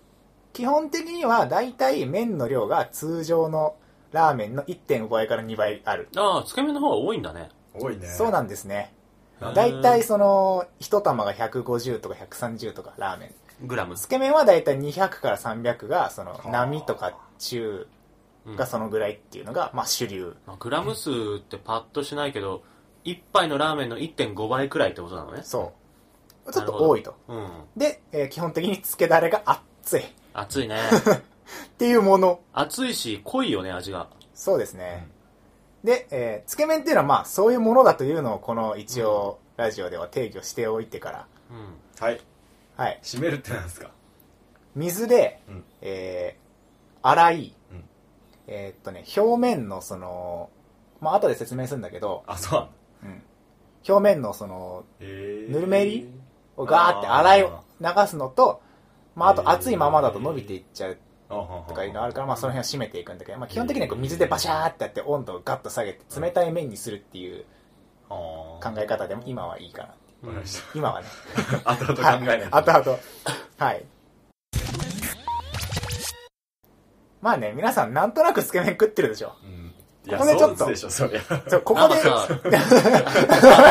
A: 基本的には大体麺の量が通常のラーメンの1.5倍から2倍ある。
C: ああ、つけ麺の方が多いんだね。
B: 多いね
A: そうなんですね。
C: へー
A: 大体その、一玉が150とか130とかラーメン。
C: グラム。
A: つけ麺は大体200から300がその
B: あ、ー
A: 並とか中
C: うん
A: がそのぐらいっていうのが、まあ主流。
C: まあグラム数ってパッとしないけど、一杯のラーメンの1.5倍くらいってことなのね。
A: そう。ちょっと多いと。
C: うん。
A: で、えー基本的につけだれが熱い。っ
C: 熱いね。
A: ていうもの。
C: 熱いし、濃いよね、味が。
A: そうですね。で、えーつけ麺っていうのはまあそういうものだというのをこの一応ラジオでは定義をしておいてから、
C: うん。
B: はい
A: はい。
B: 締めるってなんですか
A: 水で、
B: うん
A: えー洗い、
B: うん
A: えーっとね、表面のその、まあ後で説明するんだけど、
B: あそうなんだ
A: うん表面のその、
B: え
A: ぬるめりをガーって洗いを流すのと、まああと熱いままだと伸びていっちゃう
B: と
A: とかいうのあるから、まあその辺を締めていくんだけど、まあ基本的にはこう水でバシャーってやって温度をガッと下げて冷たい麺にするっていう
B: 考
A: 考え方でも今はいいかな。
B: わかりまし
A: 今は
C: *laughs*
A: ね。
B: た後々考えないと
A: あとあと。はい。まあね、皆さんなんとなくつけ麺食ってるでしょ。
B: うんい
A: こ
B: や
A: こでちょっと
B: そうでしょそりゃ
A: そうここで、
C: あのさ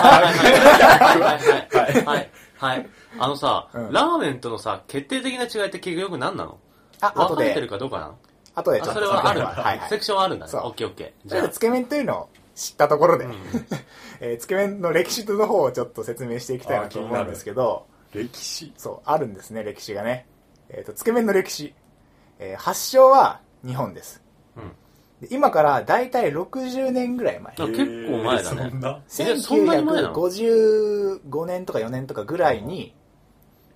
C: はいはいはいはいはいはい。あのさ、
A: うん
C: ラーメンとのさ、決定的な違いって結局何なの
A: *laughs* あ、後
C: 分かれて
A: で
C: る、かどうかなの
A: 後でちょっ
C: あ、
A: と
C: それはあるん
A: は
C: だ。
A: はいはい。
C: セクションはあるんだね。
A: そう
C: オッケーオッケー。
A: と
C: じ
A: りあ
C: ゃ
A: えずつけ麺というのを知ったところで、
C: あ、うん
A: えー *laughs* つけ麺の歴史の方をちょっと説明していきたいなと思うんですけど、
B: *laughs* 歴史
A: そう、あるんですね、歴史がね。えっ、と、つけ麺の歴史。えー発祥は日本です。
C: うん
A: で今からだいたい60年ぐらい前。
C: あ結構前だね
B: えーそんな
C: えそんなに前なの
A: 1955年とか4年とかぐらいに、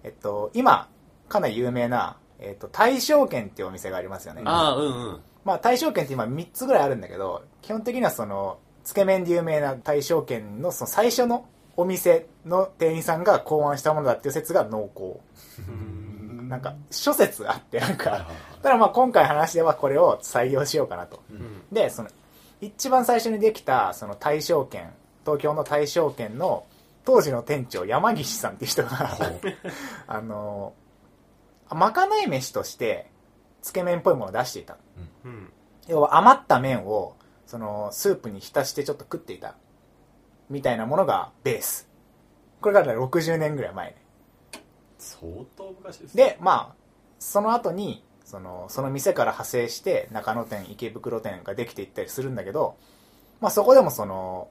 A: えっと、今、かなり有名な、えっと、大正軒っていうお店がありますよね。
C: ああ、うんうん。
A: まあ、大正軒って今3つぐらいあるんだけど、基本的にはその、つけ麺で有名な大正軒のその最初のお店の店員さんが考案したものだっていう説が濃厚。
B: うん
A: なんか、諸説あって、なん
B: はい
A: か
B: はい、
A: ただまあ今回話ではこれを採用しようかなと。
B: う
C: うんん
A: でその一番最初にできたその大正圏東京の大正圏の当時の店長山岸さんっていう人が *laughs* あのまかない飯としてつけ麺っぽいものを出していた
C: うん。
A: 要は余った麺をそのスープに浸してちょっと食っていたみたいなものがベースこれがね60年ぐらい前ね
B: 相当昔ですね
A: でまあその後にそのその店から派生して中野店池袋店ができていったりするんだけど、まあ、そこでもその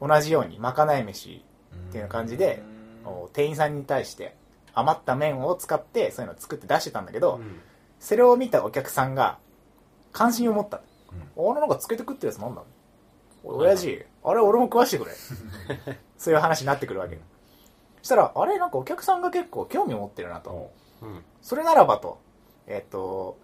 A: 同じようにまかない飯っていう感じでを店員さんに対して余った麺を使ってそういうのを作って出してたんだけど、
C: うん
A: それを見たお客さんが関心を持った、
B: うん
A: 俺なんかつけて食ってるやつなんだお親父あれ俺も食わしてくれそういう話になってくるわけよそしたらあれなんかお客さんが結構興味を持ってるなと、
B: お
C: うん。
A: それならばと、えっ、と、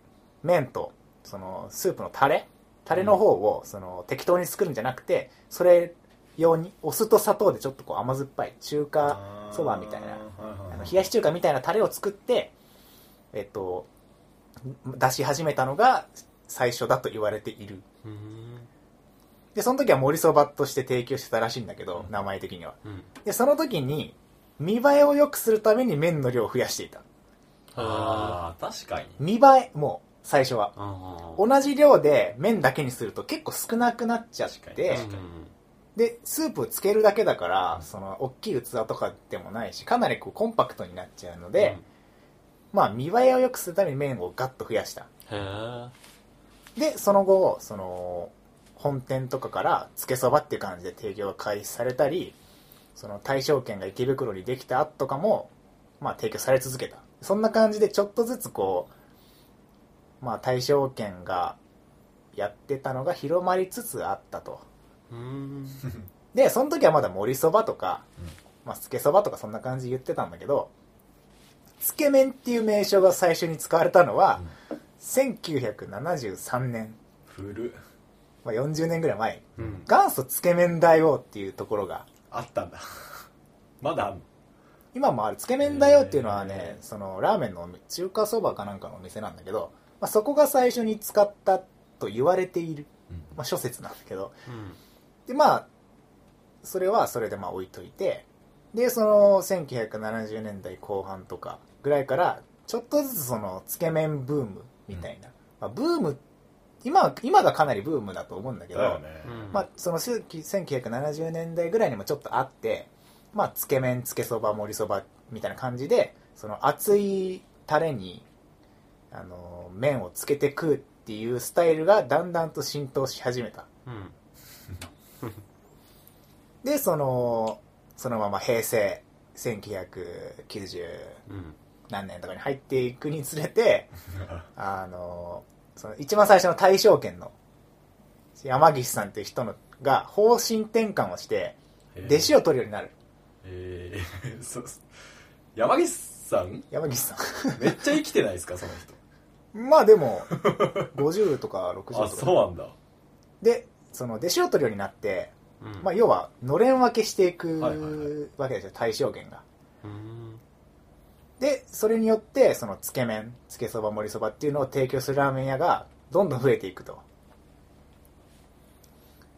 A: 麺と、その、スープのタレタレの方を、その、適当に作るんじゃなくて、それ用に、お酢と砂糖でちょっとこう甘酸っぱい中華、
B: あー
A: そばみたいな
B: はは
A: あ
B: は
A: の冷やし中華みたいなタレを作って、えっ、と、出し始めたのが最初だと言われている。
C: うん。
A: で、その時は盛りそばとして提供してたらしいんだけど、
B: うん
A: 名前的には。
C: うん。
A: で、その時に、見栄えを良くするために麺の量を増やしていた。
C: あ
B: あー確かに
A: 見栄え、もう、最初は。
C: あ。うん
A: 同じ量で麺だけにすると結構少なくなっちゃっ
B: 確かに
A: て
B: 確か
A: でスープつけるだけだから
B: うん
A: その大きい器とかでもないしかなりこうコンパクトになっちゃうので、、まあ見栄えを良くするために麺をガッと増やした
C: うんへ
A: でその後その本店とかからつけそばっていう感じで提供が開始されたりその大正圏が池袋にできた後とかも、まあ、提供され続けたそんな感じでちょっとずつこう、まあ、大正圏がやってたのが広まりつつあったと
C: え。うん。
A: でその時はまだ盛りそばとか、
B: うん
A: まあ、つけそばとかそんな感じで言ってたんだけどつけ麺っていう名称が最初に使われたのは、1973年、
B: 古っ
A: まあ、40年ぐらい前
C: うん。
A: 元祖つけ麺大王っていうところが
B: あったんだ *laughs* まだあんの
A: 今もあるつけ麺だよっていうのはねそのラーメンの中華そばかなんかのお店なんだけど、まあ、そこが最初に使ったと言われている、まあ、諸説なんだけどでまあそれはそれでまあ置いといてでその1970年代後半とかぐらいからちょっとずつそのつけ麺ブームみたいな、まあ、ブーム今は今がかなりブームだと思うんだけど、
B: だよね。 *laughs*
C: うん
A: まあ、そのせ1970年代ぐらいにもちょっとあって、まあ、つけ麺つけそば盛りそばみたいな感じでその熱いタレにあの麺をつけて食うっていうスタイルがだんだんと浸透し始めた
C: うん
A: でそのそのまま平成1990
C: うん
A: 何年とかに入っていくにつれてあのその一番最初の大正圏の山岸さんっていう人のが方針転換をして弟子
B: を。
A: を取るようになる
B: えー、そ山岸さん
A: 山岸さ
B: めっちゃ生きてないですか、その *laughs* 人。
A: んまあでも50とか60
B: あ、
A: と
B: そう
A: か
B: なんだ。
A: でその弟子を取るようになって、
C: うん
A: まあ、要はのれん分けしていく
B: はいはいは
A: わけですよ大正圏が
C: うん
A: でそれによってそのつけ麺つけそば盛りそばっていうのを提供するラーメン屋がどんどん増えていくと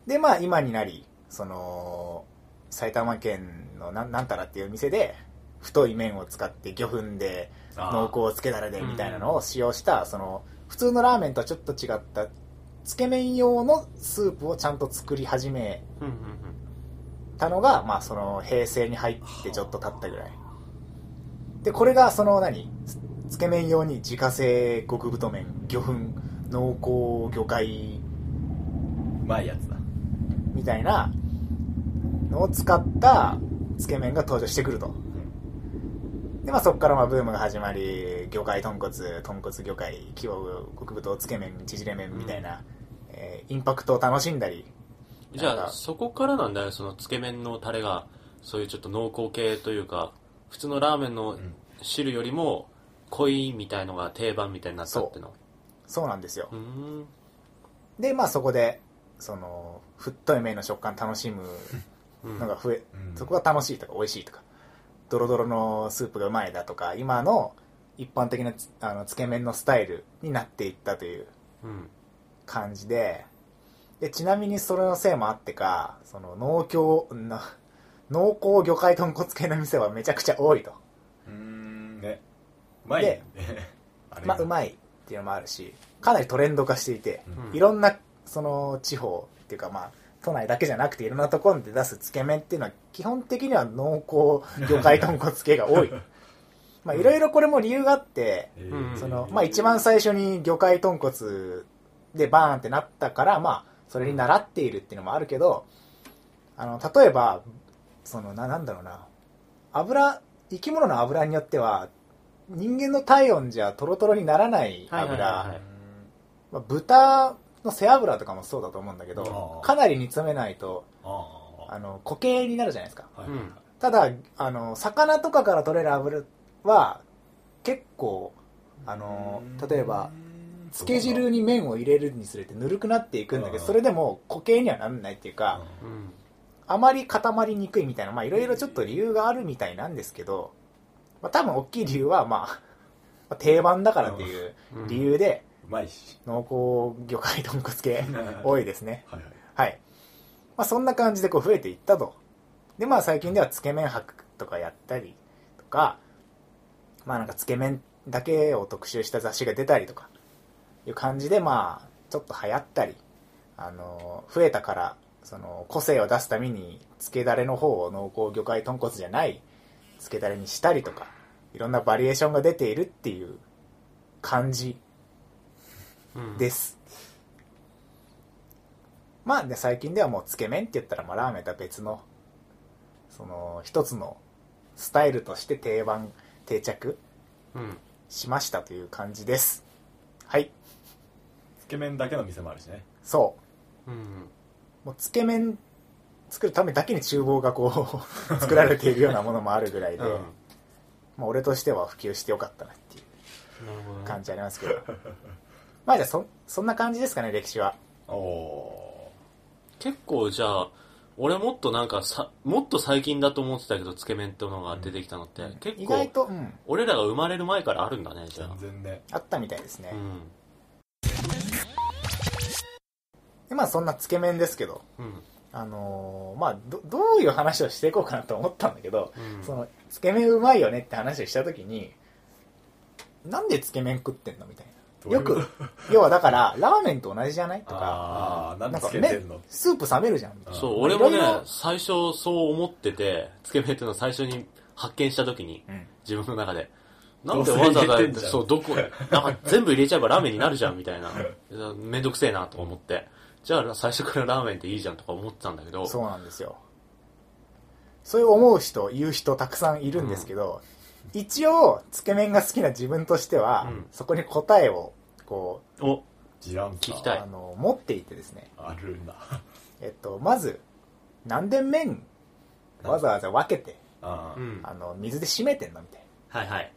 A: でまあ今になりその埼玉県のなんなんたらっていう店で太い麺を使って魚粉で
B: あー
A: 濃厚つけだれでみたいなのを使用した、その普通のラーメンとはちょっと違ったつけ麺用のスープをちゃんと作り始め
C: うんうん
A: たのが、まあ、その平成に入ってちょっと経ったぐらいでこれがその何つつけ麺用に自家製極太麺魚粉濃厚魚介
B: うまいやつだ。
A: みたいなのを使ったつけ麺が登場してくるとで、まあ、そこからまあブームが始まり魚介豚骨豚骨魚介キオ極太つけ麺縮れ麺みたいな、えーインパクトを楽しんだり
C: じゃ
A: なん
C: あ
A: か
C: そこからなんだよそのつけ麺のタレがそういうちょっと濃厚系というか普通のラーメンの
B: ん
C: 汁よりも濃いみたいのが定番みたいになったっての
A: そうなんですよ
C: うーん
A: でまあそこでその太い麺の食感楽しむ
C: うん
A: のが増え、
B: うん
A: そこが楽しいとか美味しいとかドロドロのスープがうまいだとか今の一般的なつあのつけ麺のスタイルになっていったという
C: うん
A: 感じででちなみにそれのせいもあってかその農協な濃厚魚介豚骨系の店はめちゃくちゃ多いと
B: うーん、ね。うまいね。 *laughs* あれ
A: まあう
B: い。
A: まいっていうのもあるしかなりトレンド化していて、
B: うん
C: うん
A: いろんなその地方っていうかまあ都内だけじゃなくていろんなところで出すつけ麺っていうのは基本的には濃厚魚介豚骨系が多いまあいろいろこれも理由があって
B: えー
C: うん
A: そのまあ一番最初に魚介豚骨でバーンってなったからまあそれに習っているっていうのもあるけどあの例えばそのななんだろうな油生き物の油によっては人間の体温じゃトロトロにならない油、
C: はいはいはいはいう
B: ーん
A: まあ、豚の背脂とかもそうだと思うんだけど
B: あー
A: かなり煮詰めないと
B: あ
A: あの固形になるじゃないですか
B: あ。はい。
C: うん
A: ただあの魚とかから取れる油は結構あの例えば、
B: つ
A: 漬け汁に麺を入れるにつれてぬるくなっていくんだけど
B: あー
A: それでも固形にはならないっていうか
C: うん
A: あまり固まりにくいみたいなまあいろいろちょっと理由があるみたいなんですけど、まあ、多分大きい理由はまあまあ定番だからっていう
C: うん
A: 理由で
B: うまいし。
A: 濃厚魚介豚骨系
B: は
A: 多いですね
B: *laughs* いはい。
A: はい。まあ、そんな感じでこう増えていったと。で、まあ、最近ではつけ麺博とかやったりとか、まあ、なんかつけ麺だけを特集した雑誌が出たりとか、いう感じで、まあ、ちょっと流行ったり、あの、増えたから、その、個性を出すために、つけだれの方を濃厚魚介豚骨じゃない、つけだれにしたりとか、いろんなバリエーションが出ているっていう感じ
C: うん
A: です。まあ、で最近ではもうつけ麺って言ったら、まあ、ラーメンとは別の、その、一つのスタイルとして定番、定着
C: うん
A: しましたという感じです。はい、
B: つけ麺だけの店もあるしね。
A: そ
C: うん
A: う。もうつけ麺作るためだけに厨房がこ
C: *laughs*
A: う、作られているようなものもあるぐらいで、
C: うん
A: まあ、俺としては普及してよかったなってい
C: なるほど
A: う
C: ね
A: 感じありますけど。まあじゃあそ、そんな感じですかね、歴史は。
B: おー。
C: 結構じゃあ俺もっとなんかさ、もっと最近だと思ってたけど、つけ麺ってものが出てきたのって、
B: うん
C: 結
A: 意外
C: 構、
A: と、うん、
C: 俺らが生まれる前からあるんだね、じゃあ
B: 全。然ね
A: あったみたいですね
C: う。ん。
A: でまあそんなつけ麺ですけど、
C: うん。
A: あのーまあど、どういう話をしていこうかなと思ったんだけど、
C: うん。
A: その、つけ麺うまいよねって話をしたときに、なんでつけ麺食ってんのみたいな。よく、要はだから、ラーメンと同じじゃないとか、
B: ああー
A: な
B: なんん
A: か
B: つけてんの
A: スープ冷めるじゃん。みたいな
C: そう、
A: まあ
C: 俺もね
A: いろいろ、
C: 最初そう思ってて、つけ麺っていうのを最初に発見した時に、
A: うん
C: 自分の中で。な
B: ど
C: ん
B: う
C: で
B: せ
C: わざわ
B: 入れてん
C: ざ、
B: じゃん
C: そう、どこ、なんか全部入れちゃえばラーメンになるじゃん、みたいな。めんどくせえなと思って。じゃあ最初からラーメンっていいじゃんとか思ってたんだけど、
A: そうなんですよ。そういう思う人、言う人たくさんいるんですけど、一応、つけ麺が好きな自分としては、
C: うん
A: そこに答えを、こ
C: お、
B: ジラン
C: 聞き
A: う、
C: たはい
A: あの、持っていてですね、
B: あるんだ
A: えっと、まず、なんで麺、わざわざ分けて、
B: あ
C: う
B: ー
C: ん。
A: あの、水で締めてんのみたいな。
C: はいはい。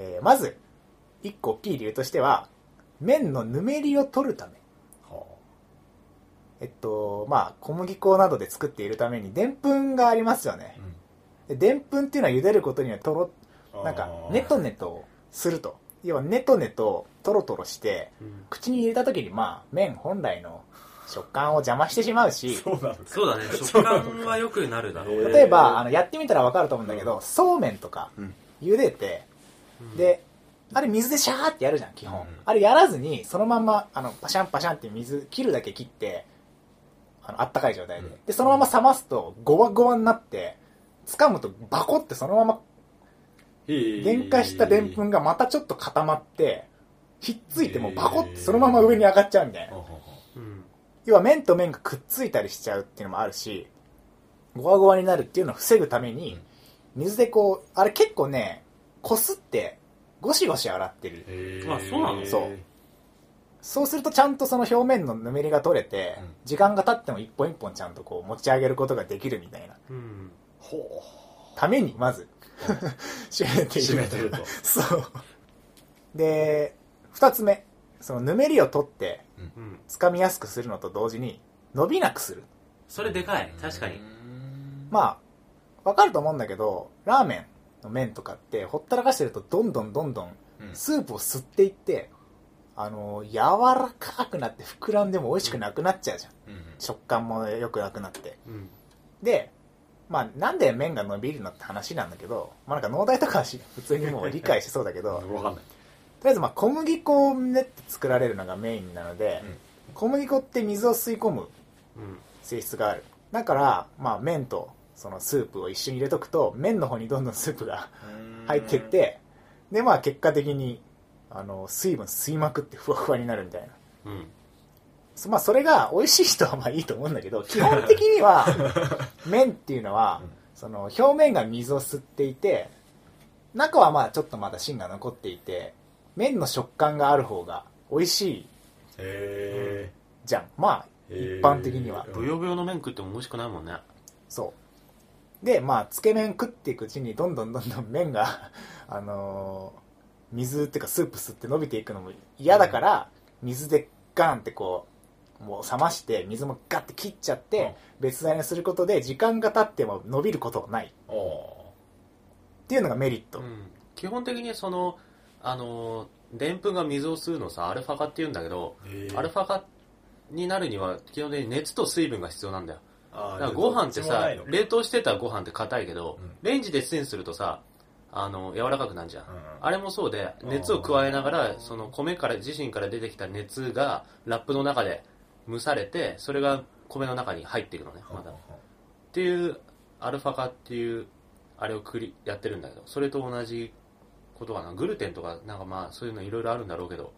A: えーまず、一個大きい理由としては、麺のぬめりを取るため。
B: は
A: えっと、まあ、小麦粉などで作っているために、でんぷんがありますよ
B: あ
A: ね
B: う。ん
A: ででんぷんっていうのは茹でることにはとろ
B: あー
A: なんか、ネトネトすると。要は、ネトネト、トロトロして、
C: うん
A: 口に入れた時に、まあ、麺本来の食感を邪魔してしまうし、
B: *laughs* そうなのか
C: そう *laughs* だね、食感は良くなるだろうね。
A: 例えば、あの、やってみたらわかると思うんだけど、そうめんとか
B: うん、
A: 茹でて、
C: うん、
A: で、あれ水でシャーってやるじゃん、基本。
B: うん
A: あれやらずに、そのまんま、あの、パシャンパシャンって水、切るだけ切って、あの、あったかい状態で。
B: うん
A: で、そのまま冷ますと、ゴワゴワになって、掴むとバコってそのまま
B: 限
A: 限界したでんぷんがまたちょっと固まって、ひっついてもうバコってそのまま上に上がっちゃうみたいな。
C: うん。
A: 要は麺と麺がくっついたりしちゃうっていうのもあるし、ゴワゴワになるっていうのを防ぐために、水でこう、あれ結構ね、こすって、ゴシゴシ洗ってる。
C: あそうなの
A: そうそうするとちゃんとその表面のぬめりが取れて
B: うん、
A: 時間が経っても一本一本ちゃんとこう持ち上げることができるみたいな。
C: うん。
B: ほ
A: ために、まず、 *laughs* 締め
B: う
A: てい
B: 締
A: る
B: め。てると
A: そう。で、二つ目。そのぬめりを取って、
C: うん。
A: 掴みやすくするのと同時に伸びなくする
C: それでかい、確かに。
B: あ
A: まあわかると思うんだけどラーメンの麺とかってほったらかしてるとどんどんどんどんスープを吸っていってあの柔らかくなって膨らんでも美味しくなくなっちゃうじゃん食感も良くなくなって
C: うん。
A: でまあなんで麺が伸びるのって話なんだけどまあなんか農大とかはし普通にもう理解しそうだけど
B: 分かんない
A: とりあえずまあ小麦粉を練って作られるのがメインなので、
B: うん
A: 小麦粉って水を吸い込む
C: うん。
A: 性質があるだから、まあ、麺とそのスープを一緒に入れとくと麺の方にどんどんスープが入ってってでまあ結果的にあの水分吸いまくってふわふわになるみたいな
C: うん。
A: そまあそれが美味しい人はまあいいと思うんだけど基本的には麺っていうのは
B: うん
A: その表面が水を吸っていて中はまあちょっとまだ芯が残っていて麺の食感がある方が美味しい
B: へ
A: じゃんまあ
B: え
A: 一般的には
C: ぶよぶよの麺食っても美味しくないもんね。
A: そう。で、まあ、つけ麺食っていくうちに、どんどんどんどん麺が、 *laughs* あのー水っていうかスープ吸って伸びていくのも嫌だから、水でガーンってこう、もう冷まして、水もガッて切っちゃって、
B: うん
A: 別材にすることで、時間が経っても伸びることはないっ
B: おお
A: ていうのがメリット。
C: うん、基本的にそのあのでんぷんが水を吸うのさアルファ化って言うんだけど、アルファ化になるには基本的に熱と水分が必要なんだよだからご飯ってさ冷凍してたご飯って硬いけど、
B: うん
C: レンジでチンするとさあの柔らかくなるじゃん、あ
B: れ
C: れもそうで熱を加えながらその米から自身から出てきた熱がラップの中で蒸されてそれが米の中に入っていくのねまだっていうアルファ化っていうあれをくりやってるんだけどそれと同じことかなグルテンとかなんかまあそういうのいろいろあるんだろうけど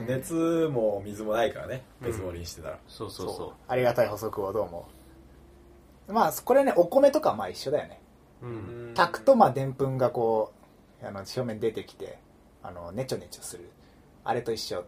B: 熱も水もないからね別盛りにしてたら
C: そうそうそう
A: ありがたい補足をどうも。まあ、これね、お米とかまあ一緒だよね。
C: う、ん、
A: 炊くと、まあ、でんぷんがこう、あの、表面出てきて、あの、ネチョネチョする。あれと一緒。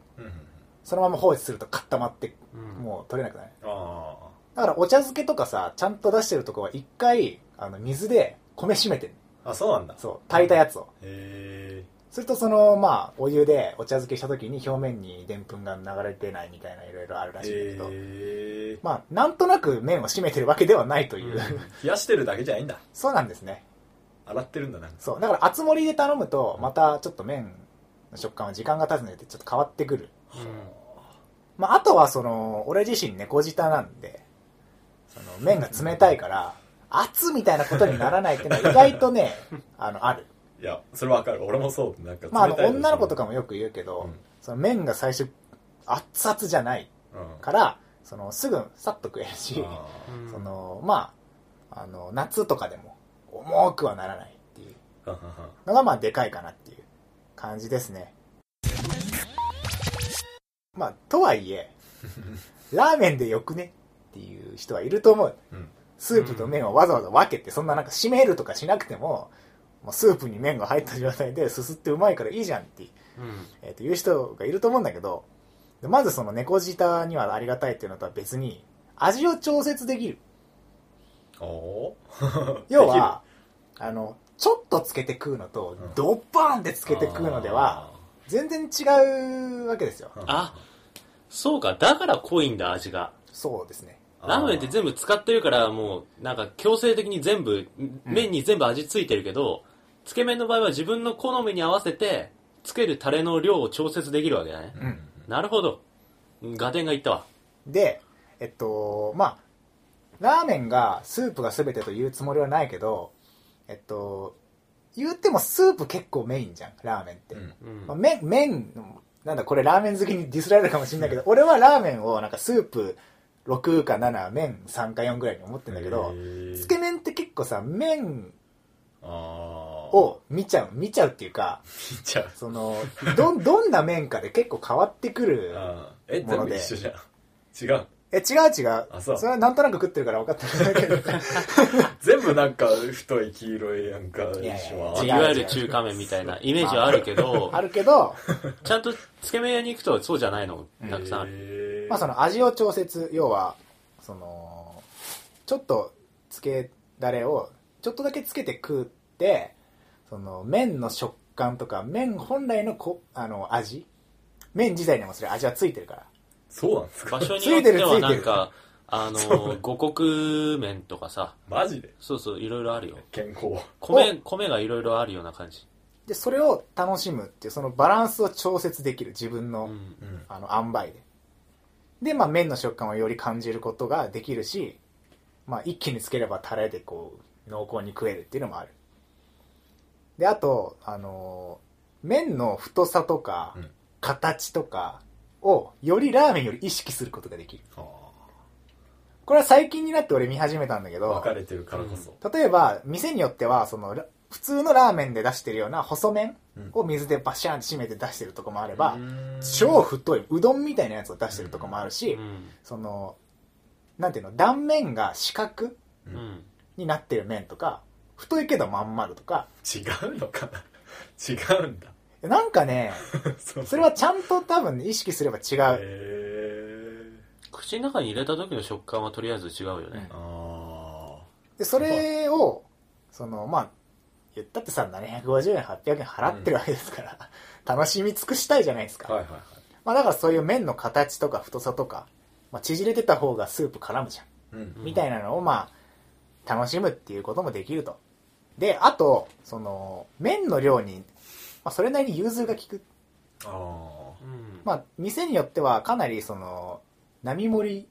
A: そのまま放置すると固まって
C: うん、
A: もう取れなくなる
B: ああ
A: だからお茶漬けとかさちゃんと出してるとこは一回あの水で米締めてる
B: あそうなんだ
A: そう炊いたやつを
B: へえ
A: それとその、まあ、お湯でお茶漬けした時に表面にでんぷんが流れてないみたいないろいろあるらしいんだけど、
B: え
A: まあ、なんとなく麺を締めてるわけではないという、
B: 冷やしてるだけじゃないんだ
A: *laughs* そうなんですね。
B: 洗ってるんだなんか
A: そう。だから、厚盛りで頼むと、またちょっと麺の食感は時間が経つのによってちょっと変わってくる。まあ、あとはその、俺自身猫舌なんで、その、麺が冷たいから、熱みたいなことにならないっていうのは意外と
B: *laughs*
A: ね、あの、ある。
B: いやそれわかる俺もそうなんか
A: まあ、あの、
B: 冷たい
A: 女の子とかもよく言うけど、
B: うん
A: その麺が最初、熱々じゃない
B: うん
A: から、その、すぐさっと食えるし、
B: あ
C: うん
A: その、まあ、あの、夏とかでも、重くはならないっていう
B: ーははは
A: のが、まあ、でかいかなっていう感じですね。まあ、とはい
B: *laughs*
A: え、ラーメンでよくねっていう人はいると思う。
B: うん
A: スープと麺をわざわざ分けて、そんななんか締めるとかしなくても、もうスープに麺が入った状態ですすってうまいからいいじゃんって、
C: うん
A: えーという人がいると思うんだけど、でまずその猫舌にはありがたいっていうのとは別に、味を調節できる。
B: おー
A: 要は、あの、ちょっとつけて食うのと
B: うん、
A: ドッバーンってつ
B: *laughs*
A: け
B: できる
A: て食うのでは、全然違うわけですよ。
B: あー
C: あそうか、だから濃いんだ、味が。
A: そうですね。
B: あ
C: ラーメンって全部使ってるから、もう、なんか強制的に全部、麺に全部味付いてるけど、つけ麺の場合は自分の好みに合わせて、つけるタレの量を調節できるわけだね。
A: うん。
C: なるほど。ガテンが言ったわ。
A: で、えっと、まあ、ラーメンがスープが全てというつもりはないけど、えっと、言ってもスープ結構メインじゃん、ラーメンって。
B: うん
C: うん
A: まあ、麺、麺、なんだこれラーメン好きにディスられるかもしれないけど、俺はラーメンをなんかスープ6か7、麺3か4ぐらいに思ってんだけど
B: へ、ー
A: つけ麺って結構さ、麺
B: あを
A: を見ちゃう、見ちゃうっていうか、
B: 切っちゃう
A: その、ど、どんな麺かで結構変わってくる。
B: あーえ
A: も
B: 全
A: の
B: 部
A: で
B: 一緒じゃん違う
A: え、違う違う。
B: あそう
A: れはなんとなく食ってるから分かってるんだけど。
B: *laughs* 全部なんか太い黄色いなんか
A: いや
B: 印
A: い
B: 象
A: や
B: はい
C: い
A: や
C: わゆる中華麺みたいなイメージはあるけど
A: あ、るけど、
C: ちゃんとつけ麺屋に行くとそうじゃないの、たくさんある。
B: る
A: まあその味を調節、要は、その、ちょっとつけだれを、ちょっとだけつけて食って、その、麺の食感とか、麺本来のこ、あの、味。麺自体にもそれ味はついてるから。
B: そうなんですか
C: 場所によってはなんか、あ
B: そう
C: の、五穀麺とかさ、
B: マジで
C: そうそう、いろいろあるよ。
B: 健康
C: 米、米がいろいろあるような感じ。
A: で、それを楽しむっていう、そのバランスを調節できる、自分の。
C: うん
B: うん
A: あの、塩梅で。で、まあ、麺の食感をより感じることができるし、まあ、一気につければタレでこう、濃厚に食えるっていうのもある。で、あと、あのー麺の太さとか
B: うん、
A: 形とかを、よりラーメンより意識することができる。
B: あ
A: これは最近になって俺見始めたんだけ
B: ー
A: ど
B: 分、かれてるからこそ
A: 例えば、店によっては、その、ラ普通のラーメンで出してるような細麺を水でバシャンって締めて出してるとこもあれば、超太いうどんみたいなやつを出してるとこもあるし、
C: うん。
A: その、なんていうの、断面が四角
C: うん。
A: になってる面とか、太いけどまん丸とか、
B: 違うのかな違うんだ
A: なんかね、
B: そう
A: それはちゃんと多分ね意識すれば違
B: へ
A: う。
B: え
C: 口の中に入れた時の食感はとりあえず違うよね。
B: あ
A: で、それを、その、まあ、言ったってさ、750円、800円払ってるわけですから、楽しみ尽くしたいじゃないです
B: あ
A: か。
B: はいはいはい
A: まあだからそういう麺の形とか太さとか、まあ縮れてた方がスープ絡むじゃん。
B: うん
A: みたいなのをまあ、楽しむっていうこともできると。で、あと、その、麺の量に、まあ、それなりに融通が利く。
B: ああ
C: うん。
A: まあ、店によってはかなりその、並盛り、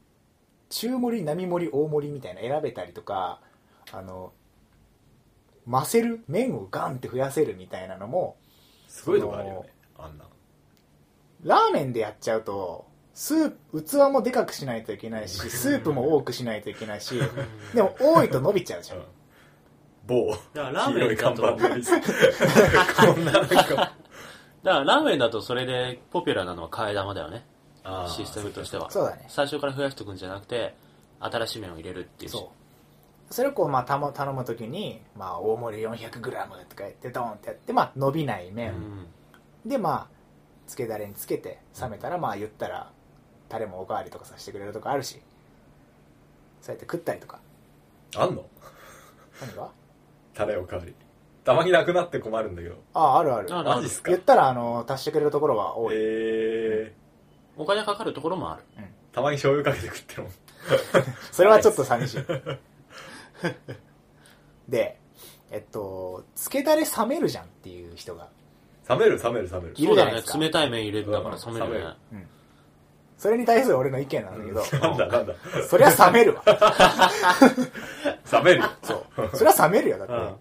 A: 中盛り、並盛り、大盛りみたいな選べたりとか、あの、増せる、麺をガンって増やせるみたいなのも、
B: すごいとこあるよねあんな
A: ラーメンでやっちゃうと、スープ、器もでかくしないといけないし、スープも多くしないといけないし、でも多いと伸びちゃうじゃん。
B: 某
C: だからラー
B: 黄色
C: メ
B: い
C: ンだ
B: 看
C: と、
B: 板
C: だか
A: *laughs*
B: でこんななんから
C: ラーメンだとそれでポピュラーなのは替え玉だよね。
B: あー
C: システムとしては。
A: そうだね
C: 最初から増やしとくんじゃなくて、新しい麺を入れるっていうし。
A: そうそれをこうまあたも頼む時に、まあ、大盛り 400g とかやってドーンってやって、まあ、伸びない
C: うん
A: 麺、でまあつけだれにつけて冷めたらまあ言ったらタレもおかわりとかさせてくれるとかあるしそうやって食ったりとか
B: あんの
A: 何が
B: タレおかわりたまになくなって困るんだけど。
A: あ、あるある。
C: ある
B: マジっすか
A: 言ったら、あの、足してくれるところは多い。
B: え
C: お金かかるところもある。
B: ー、たまに醤油かけて食ってるもん。
A: それはちょっと寂しい。 *laughs* で、えっと、つけだれ冷めるじゃんっていう人が。
B: 冷める冷める冷める。
A: いるじゃないですか
C: そうだね。冷たい麺入れてたから冷めるよね。
A: それに対する俺の意見なんだけど、
B: なんだなんだ。
A: そりゃ冷めるわ。
B: 冷める。
A: そう。それは冷めるよ、だって。
B: うん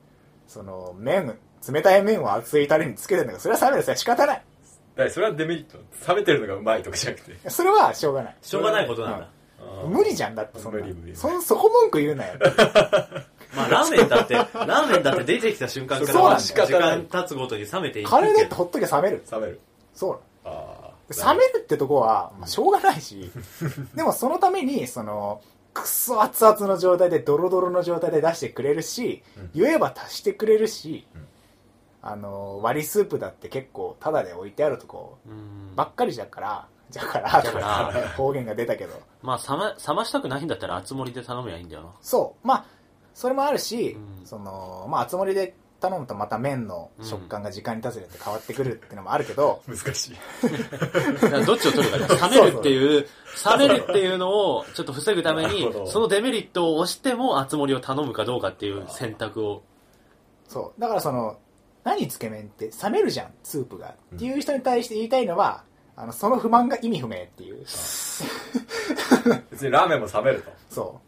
A: その、麺、冷たい麺を熱いタレにつけてんだから、それは冷める。それは仕方ない。
B: だからそれはデメリット。冷めてるのがうまいとかじゃなくて。
A: それはしょうがない。
D: しょうがないことなんだ。
A: 無理じゃんだって、そんな
B: 無理無理
A: そんそこ文句言うなよ。
D: まあ、ラーメンだ *laughs* って、ラーメンだって出てきた瞬間から、
A: そうなんだよ
D: 時間経つごとに冷めていくけど
A: カレーだってほっときゃ冷める。
B: 冷める。
A: そう
B: あー
A: 冷めるってとこは、まあ、しょうがないし、でもそのために、その、くっそ熱々の状態で、ドロドロの状態で出してくれるし、
B: うん
A: 言えば足してくれるし、
B: うん
A: あの、割りスープだって結構、タダで置いてあるとこ
C: うん。
A: ばっかりじゃから、じゃから、
C: だか
A: と
C: ら、
A: か *laughs* 方言が出たけど、
C: まあ冷ま、冷ましたくないんだったら熱盛りで頼めばいいんだよな。
A: そう、まあ、それもあるし、
C: うん
A: その、まあ、熱盛で頼むとまた麺の食感が時間に経つによって変わってくるってのもあるけど、
B: 難しい。
C: だからどっちを取
A: *laughs*
C: るかね冷めるっていう、冷めるっていうのをちょっと防ぐため
B: な
C: に
B: るほ、ど
C: そのデメリットを押しても熱盛りを頼むかどうかっていう選択を。
A: そう。だからその、何つけ麺って冷めるじゃん、スープが。っていう人に対して言いたいのは、あの、その不満が意味不明っていう。
B: 別にラーメンも冷めると。
A: そ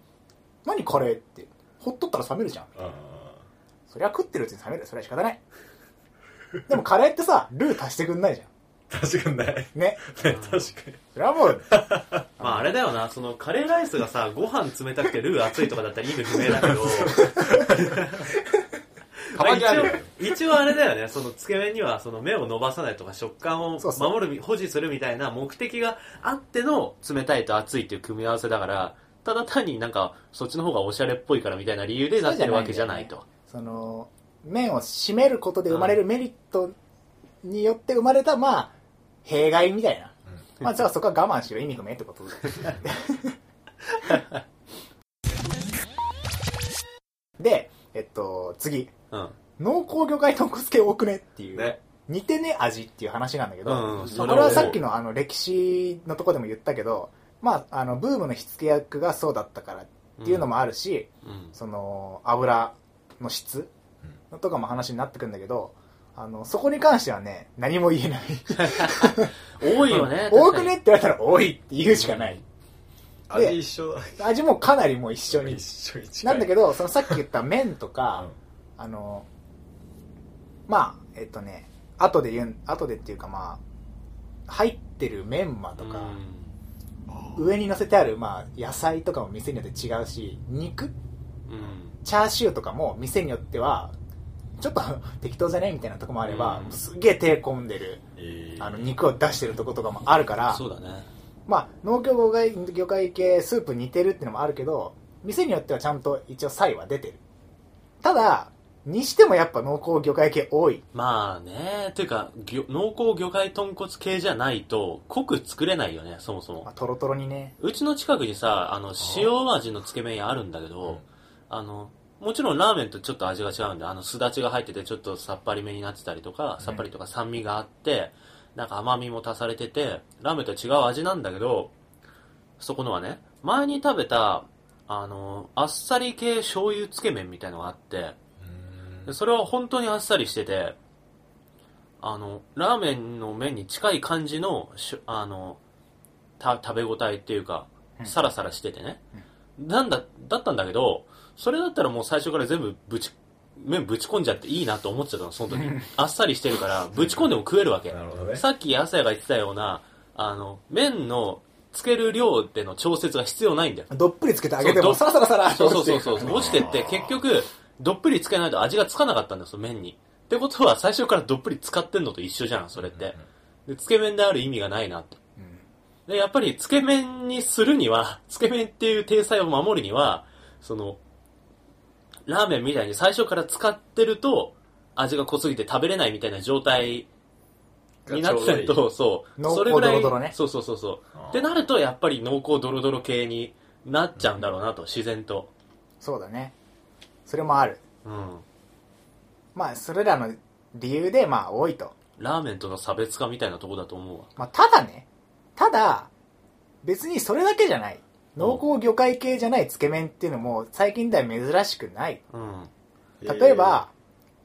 A: う。何カレーって。ほっとったら冷めるじゃん。
B: あ
A: そりゃ食ってるうちに冷める。それは仕方ない。でもカレーってさ、ルー足してくんないじゃ
B: ー確かにない。ね
A: ん。ね。
B: 確かに。
A: それはもう、
D: まああれだよな、そのカレーライスがさ、ご飯冷たくてルー熱いとかだったら意味不明だけど、
B: たまにあるよ
D: まあ一応一応あれだよね、そのつけ麺にはその目を伸ばさないとか食感を
A: そうそう
D: 守る、保持するみたいな目的があっての、
C: 冷たいと熱いっていう組み合わせだから、ただ単になんか、そっちの方がおしゃれっぽいからみたいな理由でなってるわけじゃないと。
A: その、麺を締めることで生まれるメリットによって生まれた、まあ、弊害みたいな。まあ、じゃあそこは我慢しろ、意味不明ってこと
C: *laughs*
A: で。で、えっと、次。
D: うん。
A: 濃厚魚介豚骨系多くねっていう、
B: ね。
A: 似てね味っていう話なんだけど、
C: うんうん
A: こ
C: それ
A: れ
C: は
A: はさっきのあの歴史のとこでも言ったけど、まあ、あの、ブームの火付け役がそうだったからっていうのもあるし、
C: うん。
A: その油の質とかも話になってくんだけど、あのそこに関してはね何も言えない
C: 多い
A: *laughs*
C: よね。
A: 多
C: 確か
A: く
C: に
A: ねって言われたら多いって言うしかない、で
B: 味一緒だ。
A: 味もかなりもう一緒に
B: 一緒に近い。
A: なんだけどそのさっき言った麺とか、あのまあえっとね後で言う後でっていうかまあ入ってるメンマとか、上に乗せてある、まあ、野菜とかも店によって違うし肉
C: うん。うん。
A: チャーシューとかも店によってはちょっと *laughs* 適当じゃねみたいなとこもあれば、
C: うん
A: すげえ手込んでる
B: えー
A: あの肉を出してるとことかもあるから
C: そうだね。
A: まあ農業魚介魚介系スープ似てるってのもあるけど店によってはちゃんと一応差異は出てるただにしてもやっぱ濃厚魚介系多い
C: まあね、というか、ぎょ濃厚魚介豚骨系じゃないと、濃く作れないよね、そもそ
A: まあ
C: も。
A: トロトロにね
C: うちの近くにさ、あの、塩味のつけ麺屋あるんだけど、あの、もちろんラーメンとちょっと味が違うんで、あの、すだちが入ってて、ちょっとさっぱりめになってたりとか、さっぱりとか酸味があって、なんか甘みも足されてて、ラーメンと違う味なんだけど、そこのはね、前に食べた、あの、あっさり系醤油つけ麺みたいのがあって、
B: うん
C: でそれは本当にあっさりしてて、あの、ラーメンの麺に近い感じの、しゅあの、た食べ応えっていうか、
A: うん
C: サラサラしててね。なんだ、だったんだけど、それだったらもう最初から全部ぶち、麺ぶち込んじゃっていいなと思ってたの、その時。あっさりしてるから、ぶち込んでも食えるわけ。
B: なるほどね。
C: さっき朝也が言ってたような、あの、麺のつける量での調節が必要ないんだよ。
A: どっぷりつけてあげて
C: そうど
A: もサラサラサラ
C: そうそうそうそう
A: 落ちていくからね
C: 落ちてって結局どっぷりつけないと味がつかなかったんですよ麺にってことは最初からどっぷり使ってんのと一緒じゃんそれってでつけ麺である意味がないなと
A: うん
C: でやっぱりつけ麺にするにはつけ麺っていう体裁を守るにはそのラーメンみたいに最初から使ってると味が濃すぎて食べれないみたいな状態になってる
B: がちょうどい
C: と、そう。
A: 濃厚
C: それぐらい
A: ドロドロね
C: そうそうそうそう
B: あー。
C: ってなると、やっぱり濃厚ドロドロ系になっちゃうんだろうなと、自然と。
A: そうだねそれもある
C: うん。
A: まあ、それらの理由で、まあ、多いと。
C: ラーメンとの差別化みたいなとこだと思うわ。
A: まあ、ただね、ただ、別にそれだけじゃない。濃厚魚介系じゃないつけ麺っていうのも、最近では珍しくない。
C: うん。
A: 例えば、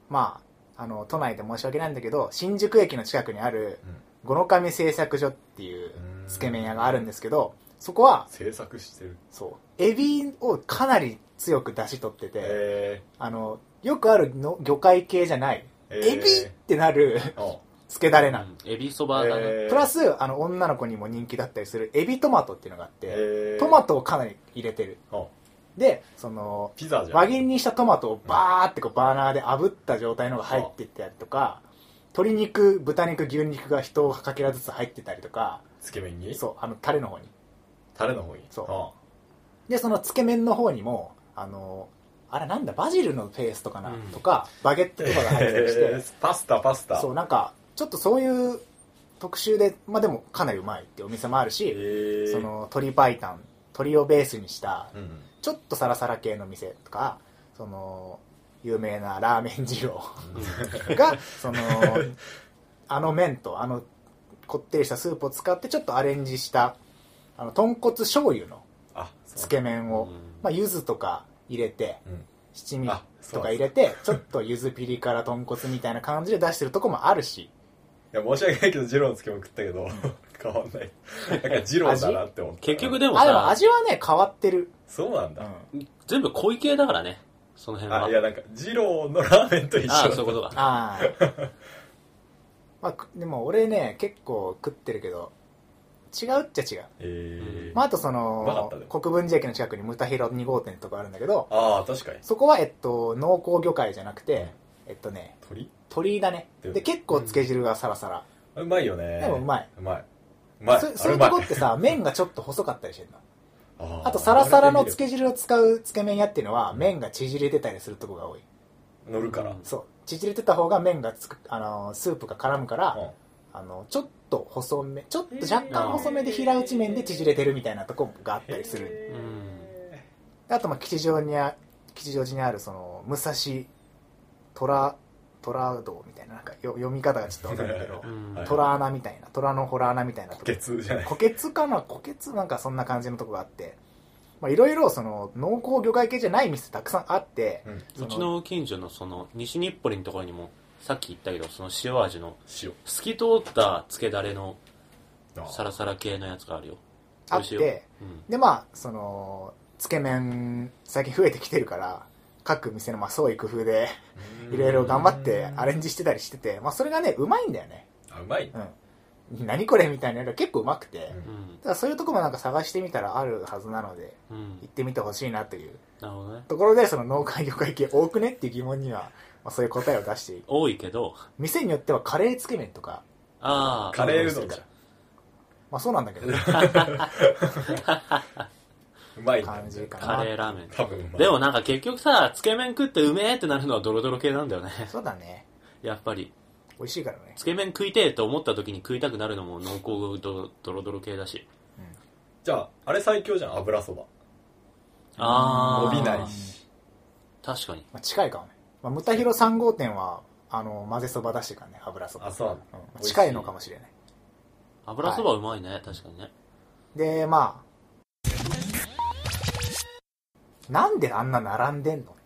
A: まあ、あの、都内で申し訳ないんだけど、新宿駅の近くにある
B: うん、
A: 五の神製作所っていう
B: うん
A: つけ麺屋があるんですけど、そこは、
B: 制作してる
A: そう、エビをかなり強く出汁取ってて、
B: え
A: あの、よくあるの魚介系じゃない、
B: ー、
A: エビってなる
B: ーお
A: つけだれな
C: う
A: の。
C: んエビそばだね。
B: えー
A: プラス、あの、女の子にも人気だったりする、エビトマトっていうのがあって、
B: えー
A: トマトをかなり入れてる。
B: お
A: で、その、
B: ピザじゃん
A: 輪切りにしたトマトをバーってこうバーナーで炙った状態のが入ってったりとか、鶏肉、豚肉、牛肉が一かけらずつ入ってたりとか、
B: つけ麺に
A: そう、あの、タレの方に。
B: タレの方に
A: そう
B: お
A: で、そのつけ麺の方にも、あの、あれなんだ、バジルのペーストかな、
C: うん
A: とか、バゲットとかが入ってたりして、
B: えーパスタパスタ
A: そう、なんか、ちょっとそういう特集で、まあでもかなりうまいっていうお店もある
B: え
A: し、
B: ー
A: その鶏白湯、鶏をベースにした、
B: うん
A: ちょっとサラサラ系の店とか、その、有名なラーメン二郎が、その、あの麺とあのこってりしたスープを使ってちょっとアレンジした、あの、豚骨醤油の
B: あ
A: つ
B: つ
A: け麺を
C: うん、
A: まあ、柚子とか入れて、
B: うん
A: 七味
B: あそ
A: と
B: う
A: か入れて、ちょっと柚子ピリ辛豚骨みたいな感じで出してるとこもあるし、
B: いや申し訳ないけど二郎のつけ麺食ったけど *laughs* 変わんないなんか二郎だなって思った
C: 結局でも
A: あ、でも
C: さ、
A: 味はね、変わってる。
B: そうなんだ、
C: 全部濃い系だからね。その辺は
B: あい。やなんか二郎のラーメンと一緒
C: ああ、そういうことか。
A: ああ。 *laughs* まあ、くでも俺ね、結構食ってるけど、違うっちゃ違う。
B: えー
A: まあ、あとそう
B: まかった
A: の
B: ね、
A: 国分寺駅の近くにムタヒロ2号店ってとこあるんだけど、
B: ああ確かに
A: そこは、えっと、濃厚魚介じゃなくて、えっとね、
B: 鳥
A: 鶏だね。で、結構漬け汁がサラサラ。
B: うまいよね
A: でもうまいう
B: まいうまい
A: そ
B: あ
A: そう
B: れ
A: いう
B: ま
A: とこってさ、麺がちょっと細かったりしてるの。
B: あー
A: あと、サラサラの漬け汁を使うつけ麺屋っていうのは、麺が縮れてたりするとこが多い。
B: 乗るから、
C: うん
A: そう。縮れてた方が麺がつく、あのー、スープが絡むから、あの、ちょっと細め、ちょっと若干細めで平打ち麺で縮れてるみたいなとこがあったりする。
B: へー
A: あと、まあ、吉祥にあ、吉祥寺にある、その、武蔵、虎、虎道みたいな、なんかよ読み方がちょっとわかんないけど
C: う、ん
B: *laughs* はい
A: 虎穴みたいな、虎の洞穴みたいなとこ
B: 補。欠じゃない
A: 虎穴かな虎穴なんかそんな感じのとこがあって、まあ、いろいろ、その、濃厚魚介系じゃない店たくさんあって、
B: うん
A: そう
C: ちの近所のその西日暮里のところにもさっき言ったけどその塩味の
B: 塩
C: 透き通ったつけだれの
B: あー
C: サラサラ系のやつがあるよ
A: あっ
C: 美味しいよ
A: て、でまあそのつけ麺最近増えてきてるから各店のまあ創意工夫でいろいろ頑張ってアレンジしてたりしてて、まあ、それがねうまいんだよね
B: あうまい
A: うん何これみたいなのが結構うまくて、
B: うん
C: うん
A: だからそういうとこもなんか探してみたらあるはずなので
C: うんうん
A: 行ってみてほしいなという
C: なるほどね
A: ところでその農家業界系多くねっていう疑問には、まあ、そういう答えを出していく
C: 多いけど
A: 店によってはカレーつけ麺とか、
C: あ
B: カ
C: あ
B: レーうどんじゃん
A: まあ、そうなんだけど
B: うまいんだよね
A: 感じかな
C: カレーラーメン
B: 多分うまい
C: でもなんか結局さつけ麺食ってうめえってなるのはドロドロ系なんだよね *laughs*
A: そうだね
C: やっぱり
A: 美味しいからね
C: つけ麺食いてえと思った時に食いたくなるのも濃厚ドドロドロ系だし
B: じゃああれ最強じゃん油そば
C: ああ
B: 伸びないし
C: 確かに
A: まあ、近いかもね。まあ、ムタヒロ3号店は、あの、混ぜそば出してるからね、油そば。
B: あそうなんだ
A: んまあ近いのかもしれない。
C: 油そばうまいね、確かにね
A: で、まあ、なんであんな並んでんのっていう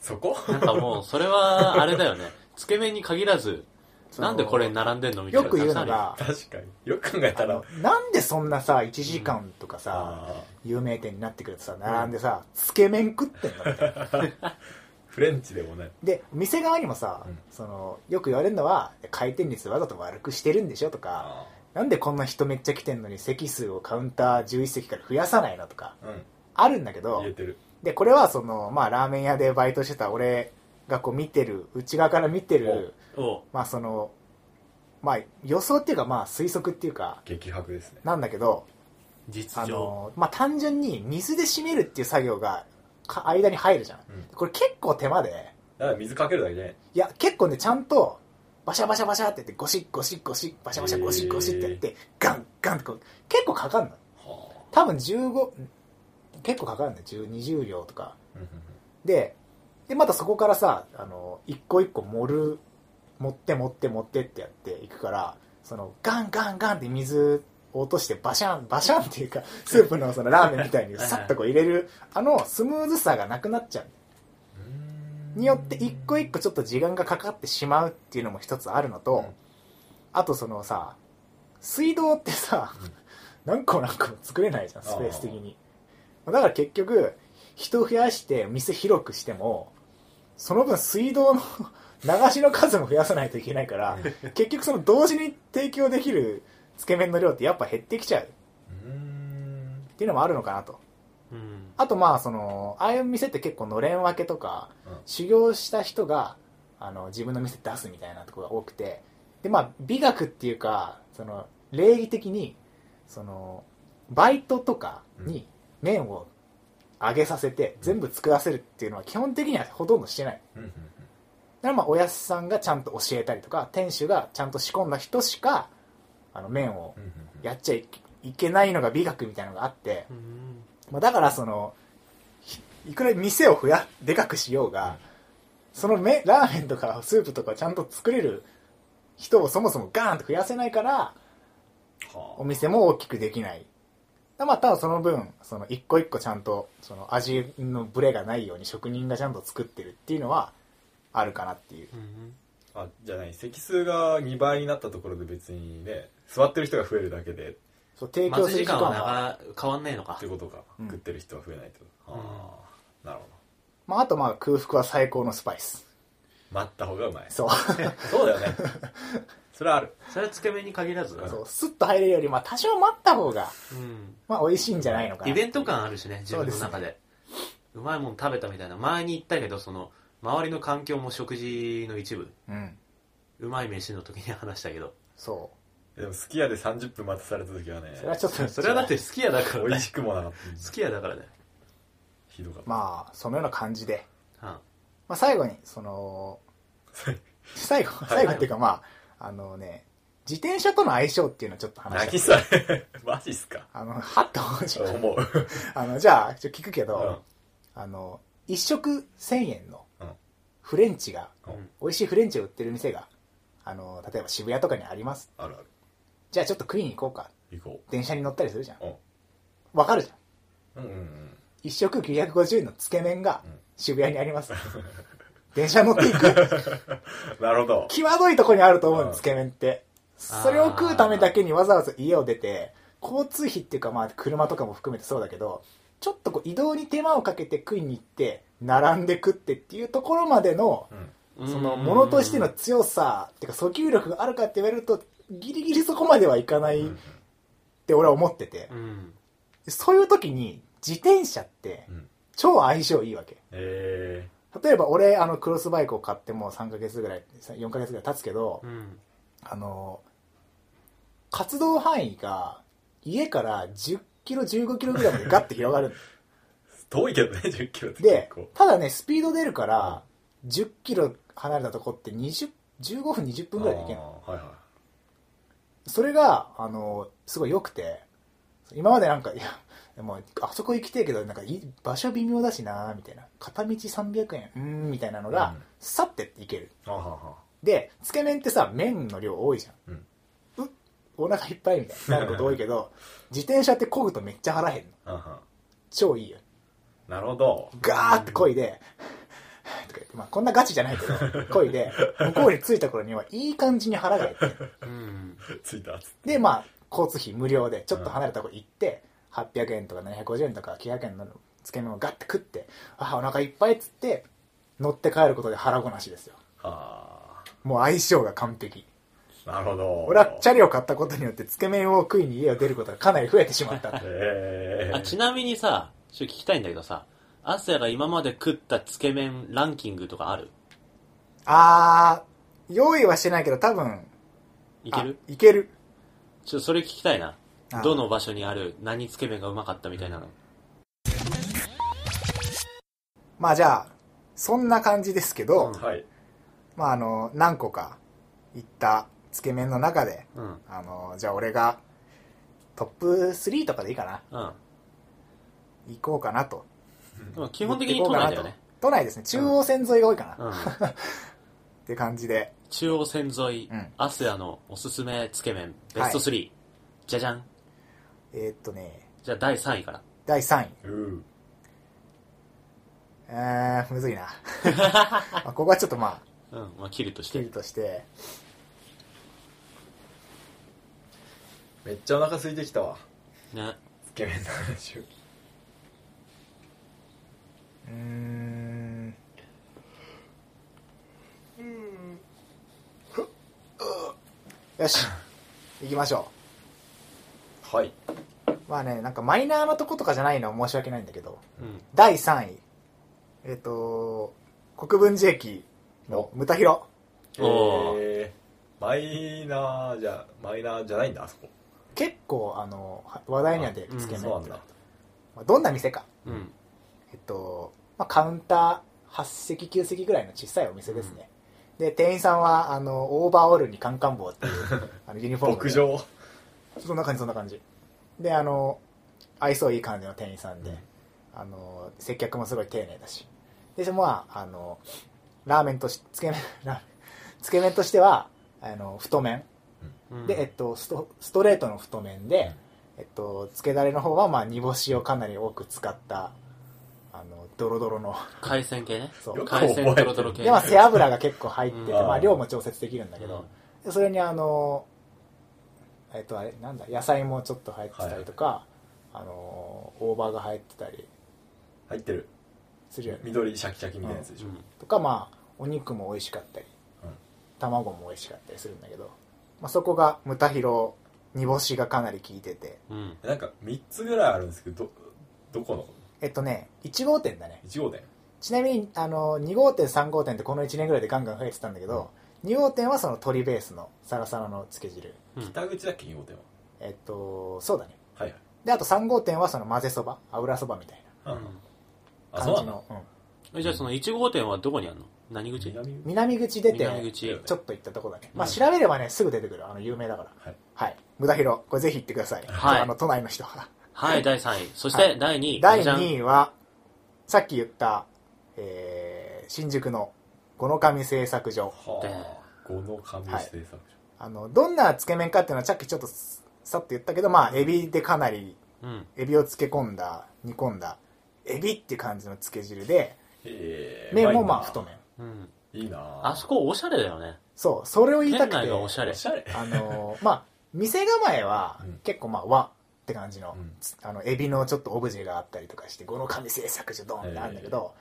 B: そこ
C: なんかもう、それは、あれだよね。 *laughs* つけ麺に限らず、
A: その
C: なんでこれに並んでんのみたい
A: よ
C: な。
A: く言う
C: た
A: の
C: くさんあ
A: が、
B: 確かによく考え
A: あ
B: たら
A: のなんでそんなさ、1時間とかさ、
B: あ
A: 有名店になってくるとさ、並んでさ、つけ麺食ってんのみたいな。
B: ーフレンチでもね
A: で、店側にもさ、
B: うん
A: その、よく言われるのは、回転率わざと悪くしてるんでしょとか、
B: あ
A: なんでこんな人めっちゃ来てんのに席数をカウンター11席から増やさないのとか、
B: ーうん
A: あるんだけど
B: 言え、てる
A: で、これはその、まあラーメン屋でバイトしてた俺がこう見てる、内側から見てる、
C: るおう
A: まあその、まあ予想っていうかまあ推測っていうか、
B: 激白ですね
A: なんだけど、
C: 実
A: あ
C: 情。
A: の、まあ単純に水で締めるっていう作業がか間に入るじゃん
B: うん。
A: これ結構手間で、
B: だから水かけるだけじゃない
A: いや、結構ね、ちゃんと、バシャバシャバシャってやって、ゴシッゴシッゴシッ、バシャバシャゴシッゴシッってやって、ガンガンってこう、結構かかんの。
B: は
A: 多分15、結構かかるんだよ。10 20両とか。
B: あうんうんうん
A: で、で、またそこからさ、あの、一個一個盛る、持って持って持ってってやっていくから、その、ガンガンガンって水を落としてバシャン、バシャンっていうか、スープのそのラーメンみたいにさっとこう入れる、あのスムーズさがなくなっちゃう。によって一個一個ちょっと時間がかかってしまうっていうのも一つあるのと、
B: うん
A: あとそのさ、水道ってさ、何個も何個も作れないじゃん、スペース的に。だから結局、人増やして店広くしても、その分水道の流しの数も増やさないといけないから、結局その同時に提供できるつけ麺の量ってやっぱ減ってきちゃうっ
B: うん
A: ていうのもあるのかなと。
D: うん。
A: あとまあその、ああいう店って結構のれん分けとか、
B: うん
A: 修行した人が、あの、自分の店出すみたいなところが多くて、でまあ美学っていうか、その、礼儀的に、その、バイトとかに麺を上げさせて全部作らせるっていうのは基本的にはほとんどしてない。
B: うんう
A: だ
B: ん
A: からまあおやすさんがちゃんと教えたりとか、店主がちゃんと仕込んだ人しか、あの、麺を
B: うんうん
A: やっちゃいいけないのが美学みたいなのがあって、
D: うん。
A: まあ、だからそのひいくら店を増やでかくしようが、
B: うん
A: そのめラーメンとかスープとかちゃんと作れる人をそもそもガーンと増やせないから
B: はあ
A: お店も大きくできないだまあただその分その一個一個ちゃんとその味のブレがないように職人がちゃんと作ってるっていうのはあるかなっていう
D: うん。
B: あじゃない席数が2倍になったところで別にね座ってる人が増えるだけでっ
A: そう提供
D: 待
A: す
D: ち
A: る
D: 時
A: 時間
D: 間はな
A: は
D: かなか変わんないのか
B: て。ことか、
A: うん
B: 食ってる人は増えないってこと
D: うん
B: ああなるほど
A: まあ、あとまあ空腹は最高のスパイス
B: 待った方がうまい
D: *laughs*
A: そう
B: そうだ
A: *laughs*
B: よねそれはある
D: それはつけ麺に限らず。
B: ん
A: そうスッと入れるよりまあ多少待った方が
D: うん。
A: まあ美味しいんじゃないのかな
D: イベント感あるしね、自分の
A: そう
D: 中で。うまいもん食べたみたいな。前に言ったけど、その、周りの環境も食事の一部。
A: うん
D: うまい飯の時に話したけど。
A: そう
B: でもすき家で30分待たされた時はね
A: それはちょっと
D: それはだって好きやだから
B: 美
D: ね
B: 味。しくもなかった
D: 好きやだからね。
B: ひどかった、
A: まあそのような感じで、
D: うん。
A: まあ、最後にその最後
B: い
A: 最後っていうかまああのね自転車との相性っていうのをちょっと話した
B: 何
A: い
B: それ *laughs* マジっすか
A: あのはっと思うじゃん
B: 思う、
A: あのじゃあちょっと聞くけ
B: うん
A: ど、あの一食1000円の
B: うん
A: フレンチが、
B: うん
A: 美味しいフレンチを売ってる店があの例えば渋谷とかにあります
B: あるある
A: じゃあちょっと食いに行こうか
B: 行こ
A: 電車に乗ったりするじゃん
B: うん
A: わかるじゃん
B: ううんうんうん
A: 一食950円のつけ麺が
B: うん
A: 渋谷にあります、電車乗っていく
B: なるほど
A: 際どいとこにあると思う
B: う
A: の
B: ん
A: つけ麺ってそれを食うためだけにわざわざ家を出て交通費っていうかまあ車とかも含めてそうだけどちょっとこう移動に手間をかけて食いに行って並んで食ってっていうところまでの
B: うん
A: そのものとしての強さっていうか訴求力があるかって言われるとギリギリそこまではいかないっ
B: うん
A: て俺は思ってて
D: うん。
A: そういう時に自転車って
B: うん
A: 超相性いいわけ
B: え
A: 例えば俺あのクロスバイクを買ってもう3ヶ月ぐらい4ヶ月ぐらい経つけど、
D: うん。
A: あの活動範囲が家から10キロ15キロぐらいまでガッて広が
B: *laughs*
A: る
B: ー、遠いけどね1 0キロって
A: で
B: 結構
A: ただねスピード出るから10キロ離れたとこって20 15分20分ぐらいで行け
B: あ
A: ない
B: ーはいは
A: それがあのすごい良くて今までなんかいやもうあそこ行きてえけどなんかい場所微妙だしなみたいな片道300円うーんみたいなの
B: う
A: が
B: ん
A: さって行ける
B: いあはは
A: でつけ麺ってさ麺の量多いじゃん、うお腹いっぱいみたいになること多いけど自転車って漕ぐとめっちゃ腹減るの
B: あは
A: 超いいよ
B: なるほど
A: ガーって漕いでとか言ってまあ、こんなガチじゃ *laughs* ないけど漕いで向こうに着いた頃にはいい感じに腹が減って
D: うん。
B: ついたっつって
A: でまあ交通費無料でちょっと離れたとこ行って、800円とか750円とか900円のつけ麺をガッて食ってあお腹いっぱいっつって乗って帰ることで腹ごなしですよ
B: は
A: もう相性が完璧
B: あなるほど
A: 俺はチャリを買ったことによってつけ麺を食いに家を出ることがかなり増えてしまった
B: えー、
D: あ、ちなみにさ、ちょっと聞きたいんだけどさ、アスヤが今まで食ったつけ麺ランキングとかある
A: あー用意はしてないけど多分
D: いける
A: あいける
D: ちょっとそれ聞きたいな
A: あ。
D: どの場所にある何つけ麺がうまかったみたいなの。
A: まあじゃあそんな感じですけど、
B: はい
A: まああの何個か行ったつけ麺の中で
D: うん。
A: あのじゃあ俺がトップ3とかでいいか
D: う
A: な
D: ん。
A: 行こうかなと
D: でも基本的に都内だよね。
A: 都内ですね、中央線沿いが多いかな、っ
C: うん、
A: ていう感じで。
C: 中央線沿い、
A: うん
C: アスヤのおすすめつけ麺ベスト3、じゃじゃん
A: えーっとね、
C: じゃあ第3位から
A: 第3位。
B: うん
A: えー、むず
D: *laughs*
A: いな。まあここはちょっとまあ、
C: うんまあ切るとし
A: 切
C: て
A: りとして、
B: めっちゃお腹空いてきたわ
C: ね
B: つけ麺の話を
A: うーん。よし、行きましょ。
B: はいう
A: まあね、なんかマイナーなとことかじゃないのは申し訳ないんだけど、
C: うん
A: 第3位。えっ、と、国分寺駅のムタヒロ。
C: おー
B: えーマイナーじゃマイナーじゃないんだあそこ
A: 結構、あの、は話題にはで
C: あうん
A: つけ麺って
B: そうなんだ
A: まあどんな店か。
C: うん
A: えっと、まあ、カウンター8席9席ぐらいの小さいお店ですね、で店員さんはあのオーバーオールにカンカン帽っていうあのユニフォームで
B: 牧場
A: そんな感じそんな感じであの愛想いい感じの店員さんで、あの接客もすごい丁寧だしでまああのラーメンとしつけ麺 *laughs* ラーメンつけ麺としてはあの太麺
C: うん
A: で、えっと、ストストレートの太麺で、えっと、つけだれの方は、まあ、煮干しをかなり多く使った、あの、ドロドロの、
C: 海鮮系ね
A: そ
B: よ
A: う
B: く。
C: 海鮮トロトロ系
A: で、まあ、背脂が結構入ってて、
C: うん
A: まあ、量も調節できるんだけど、でそれに、あの、えっと、あれ、なんだ、野菜もちょっと入ってたりとか、あの、大葉が入ってたり
B: 入ってる
A: するよね。
B: 緑シャキシャキみたいなやつでしょ、
C: うん
A: とか、まあ、お肉も美味しかったり、
B: うん
A: 卵も美味しかったりするんだけど、まあ、そこが、ムタヒロ、煮干しがかなり効いてて、
C: うん
B: なんか3つぐらいあるんですけどどどこの
A: えっとね、1号店だね。
B: 1号店
A: ちなみにあの2号店3号店ってこの1年ぐらいでガンガン増えてたんだけど、2号店はその鶏ベースのサラサラのつけ汁
B: 北口だっけ2号店は
A: えっとそうだね
B: はいはい
A: であと3号店はその混ぜそば油そばみたい
B: あ,、
A: な
B: あそ
A: 感
B: うな
A: じ
B: んだ
A: の、うん
C: えじゃあその1号店はどこにあるの何口
B: 南口
A: 南口出て
C: 南口
A: ちょっと行ったとこだね、まあ
C: うん
A: 調べればねすぐ出てくるあの有名だから
B: はい
A: はい無駄広これぜひ行ってください、
C: はい
A: あの都内の人は
C: はい第3位そし
A: は
C: て第2位
A: 第
C: じゃん
A: 2位はさっき言った、えー新宿の五の神製作所
B: はあ五の神製作所、
A: あの、どんなつけ麺かっていうのはさっきちょっとささっと言ったけど、まあ、エビでかなり、
C: うん
A: エビを漬け込んだ、煮込んだ、エビっていう感じの漬け汁で、
B: えー
A: 麺も
B: う
A: まあ
B: いな
A: 太麺。
C: うん
B: いいな
C: あそこおしゃれだよね
A: そう、それを言いた
C: 店
A: くて、あ
C: 内がおしゃれ
B: おしゃれ
A: の、まあ、店構えは
B: うん
A: 結構まあ、和って感じの、
B: うん
A: つあの、エビのちょっとオブジェがあったりとかして、五の神製作所ドンってあるんだけど、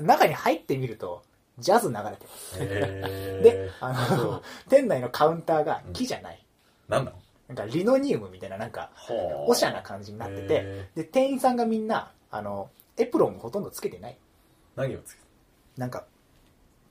A: 中に入ってみると、ジャズ流れてます。
B: へー
A: *laughs* で、あの、 *laughs* 店内のカウンターが木じゃない。
B: なんだ
A: なんかリノニウムみたいな、なんか、*laughs*
B: は
A: おしゃな感じになってて、
B: え
A: で、店員さんがみんな、あの、エプロンをほとんどつけてない。
B: ー何をつけ
A: なんか、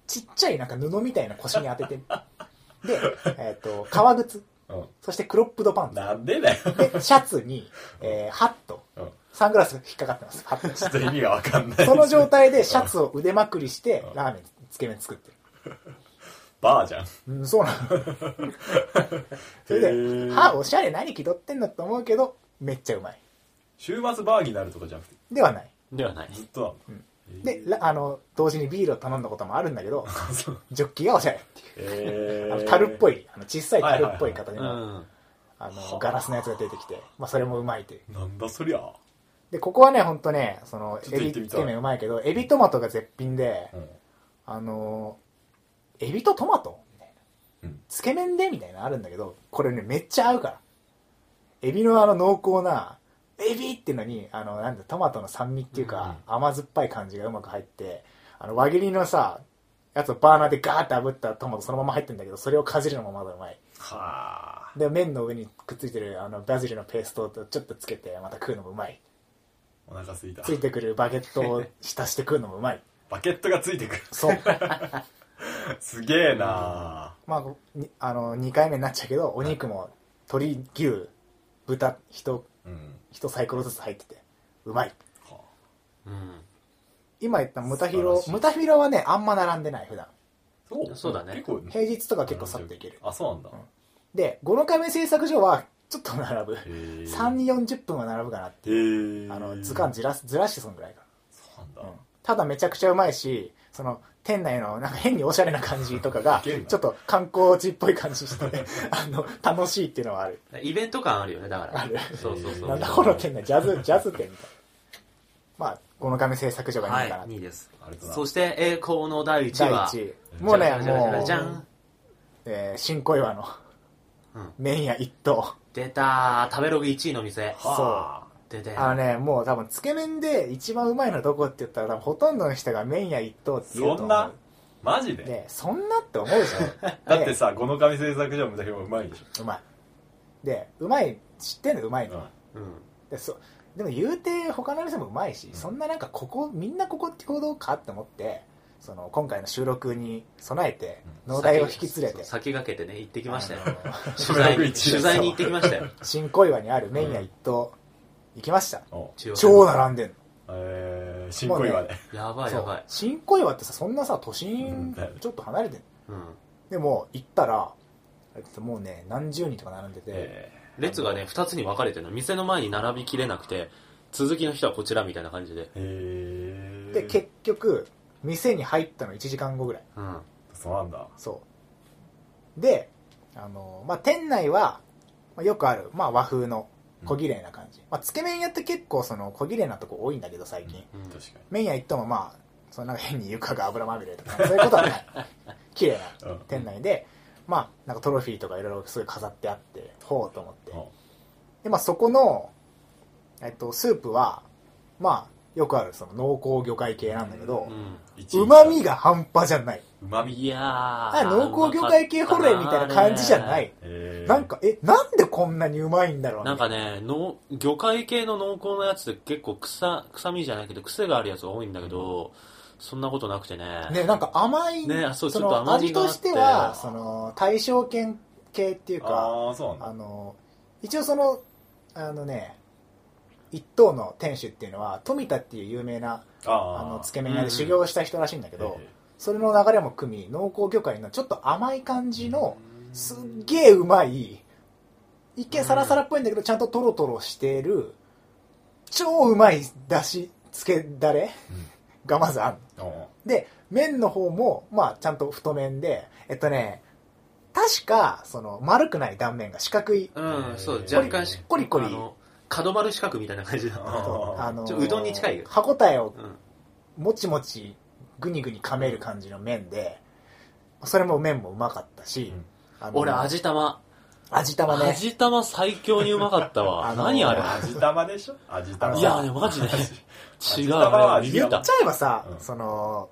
A: ちっちゃいなんか布みたいな腰に当てて。
B: *laughs*
A: で、えっ、と、革靴、
B: たうん
A: そしてクロップドパンツ
B: なんでだよちょ。
A: で、シャツに、えーハット
B: うん、
A: サングラスが引っかかってます。ハッ
B: っと意味がわかんない
A: ト。その状態でシャツを腕まくりして
B: う、ん
A: ラーメン、つけ麺作ってる。
B: *laughs* バーじゃん
A: うん、そうなの。それ
B: へ
A: で、
B: ー
A: は、おしゃれ何気取ってんだと思うけど、めっちゃうまい。
B: 週末バーになるとかじゃなくて
A: ではない。
C: ではない
B: ずっとなんだ
A: で、らあの、同時にビールを頼んだこともあるんだけ
B: *laughs*
A: ど、
B: そう
A: ジョッキがおしゃれっていう。*laughs*
B: え
A: あの、樽っぽ
B: い
A: い、あの、小さい樽っぽい形
C: う
A: の、
C: ん
A: あの、ガラスのやつが出てきて、まあ、それもうまいという。
B: なんだそりゃ
A: で、ここはね、ほんとね、その、
B: ちょっと
A: エ
B: 行
A: ビ
B: ってみ
A: つ
B: たい
A: け麺うまいけど、エビトマトが絶品で
B: う、ん
A: あの、エビとトマトみたいな
B: うん。
A: つけ麺でみたいなのあるんだけど、これね、めっちゃ合うから。エビのあの、濃厚な、エビってのに、あの、なんだ、トマトの酸味っていうか、甘酸っぱい感じがうまく入って、あの、輪切りのさ、やつをバーナーでガーって炙ったトマトそのまま入ってんだけど、それをかじるのもまだうまい。
B: はあ
A: で、麺の上にくっついてる、あの、バジルのペーストとちょっとつけて、また食うのもうまい。
B: お腹すいた
A: ついてくるバゲットを浸して食うのもうまい。
B: バケットがついてくる *laughs*
A: *laughs* そう。
B: すげえな
A: まあ、にあの、2回目になっちゃうけど、お肉も鶏、牛、豚、人、
B: うん
A: 人サイコロずつ入ってて、うまい。
B: は
C: う
B: あ
C: ん
A: 今言ったムタヒ
B: 素晴
A: ロ
B: ら、しい
A: ムタヒロはね、あんま並んでない、普段。
B: そう
C: そうだね
B: 結構
A: 平日とか結構さっといける。
B: あそうなんだ
A: で、五の亀製作所は、ちょっと並ぶ。
B: へえ
A: 3、40分は並ぶかな。
B: へえ
A: あの、図鑑ずらす、ずらしてそんぐらいか。
B: そうなん
A: う
B: だ
A: んただめちゃくちゃうまいし、その、店内のなんか変におしゃれな感じとか
B: *laughs*
A: が、
B: 現代
A: ちょっと観光地っぽい感じして、 *laughs* あの、楽しいっていうのはある。
C: イベント感あるよね、だか
A: ある
C: ら。そうそうそう。
A: なんだこの店内、ジャズ、ジャズ店みたいな。まあ、この亀製作所が
C: はい
A: い
C: い
A: のかな、、
C: 2位です。
B: あれだな
C: そして、栄光の第1
A: 第
C: 位は、
A: 1位。もうね、
C: じゃじゃじゃ
A: も
C: じゃじゃん
A: う、えー、新小岩の
C: うん、
A: 麺屋一等。
C: 出たー、食べログ1位の店。
A: は
C: 出て。
A: あのね、もう多分、つけ麺で一番うまいのどこって言ったら、多分ほとんどの人が麺屋一等って言うと思う。
B: そんなマジで、
A: ねそんなって思うでしょ。
B: *laughs* だって
A: ね
B: さ、この紙製作所もだけもうまいでし
A: うまい。で、うまい、知ってんのうまい
B: ょ。う
A: の。
B: ん
C: うん。
A: でそでも言うて他の店もうまいし、そんななんかここみんなここって行動かって思ってその今回の収録に備えて農大を引き連れて
C: 先駆けてね、行ってきましたよ。
A: あの *laughs*
C: 取材
B: 食
C: に、
B: い地
C: 取材に行ってきましたよ。
A: 新小岩にある麺屋一棟行きました、
B: お
C: 中央
A: 超並んでんの
B: えー、新小岩で。
C: やばい
A: そ
C: や
A: う
C: ばい。
A: 新小岩ってさそんなさ都
B: うん
A: 心ちょっと離れてんの
C: うん。
A: でも行ったらえっともうね何十人とか並んでて、
B: え
C: 列がね、2つに分かれてるの。店の前に並びきれなくて、続きの人はこちらみたいな感じで。
B: ー、えー、
A: で結局店に入ったの1時間後ぐらい
C: うん。
B: そうなんだ。
A: そう。で、あの、まあ、店内は、まあよくある、まあ、和風の小綺麗な感じ。まあ、つけ麺屋って結構その小綺麗なとこ多いんだけど、最近。
C: うん
B: 確か
A: 麺屋行ってもまあ、そのなんか変に床が油まみれとか、そういうことは
C: *laughs*
A: ない。綺麗な
B: に。うん
A: 店内で、まあ、なんかトロフィーとかいろいろすごい飾ってあって、ほうと思って。で、まあ、そこの、えっと、スープは、まあ、よくあるその濃厚魚介系なんだけど
C: う、ん。
A: うまみが半端じゃない。
B: うまみ
C: いやー。
A: あ濃厚魚介系ホレーみたいな感じじゃない。。
B: えー
A: なん、か、え、なんでこんなにうまいんだろう
C: なんかね、の魚介系の濃厚なやつって結構臭、臭みじゃないけど、癖があるやつが多いんだけど、そんなことなくてね。
A: ね、なんか甘い、
C: ねあそう
A: そ
C: ちょっと
A: の
C: 甘み
A: 味
C: があ
A: と
C: って
A: しては、その、対象犬系っていうか、
B: ああ、そうなんだ
A: あ。の、一応その、あのね、一等の店主っていうのは、富田っていう有名な、
B: あ
A: あの、つ
B: つ
A: け麺屋で修行した人らしいんだけ
B: け
A: ど、それの流れも組み、濃厚魚介のちょっと甘い感じの、すっげえうまい、一見サラサラっぽいんだけど、ちゃんとトロトロしてる、超うまいだし、つけだれ、がまずある。で、麺の方も、まあ、ちゃんと太麺で、えっとね、確か、その、丸くない断面が四角い、
C: うん、そう、
B: えー
C: 若干し、
A: コリコリ
C: あの、角丸四角みたいな感じだ。
B: あー
A: あの
C: ちょうどんに近いよ
A: 歯応えを
C: うん。
A: もちもち、ぐにぐに噛める感じの麺で、それも麺もうまかったし、
B: うん
A: あの
C: 俺、、味玉。
A: 味玉ね、
C: 味玉最強にうまかった
A: あ
C: わ。
A: のー
C: 何あれ
B: 味玉でしょ味玉。
C: いやーね、マジで。違
B: *laughs* 味
C: う、
B: 玉は
C: あれ、ビ
B: 味
C: ビ
B: 玉
A: 言
C: った
A: っち。ゃえばさ、
B: うん
A: その、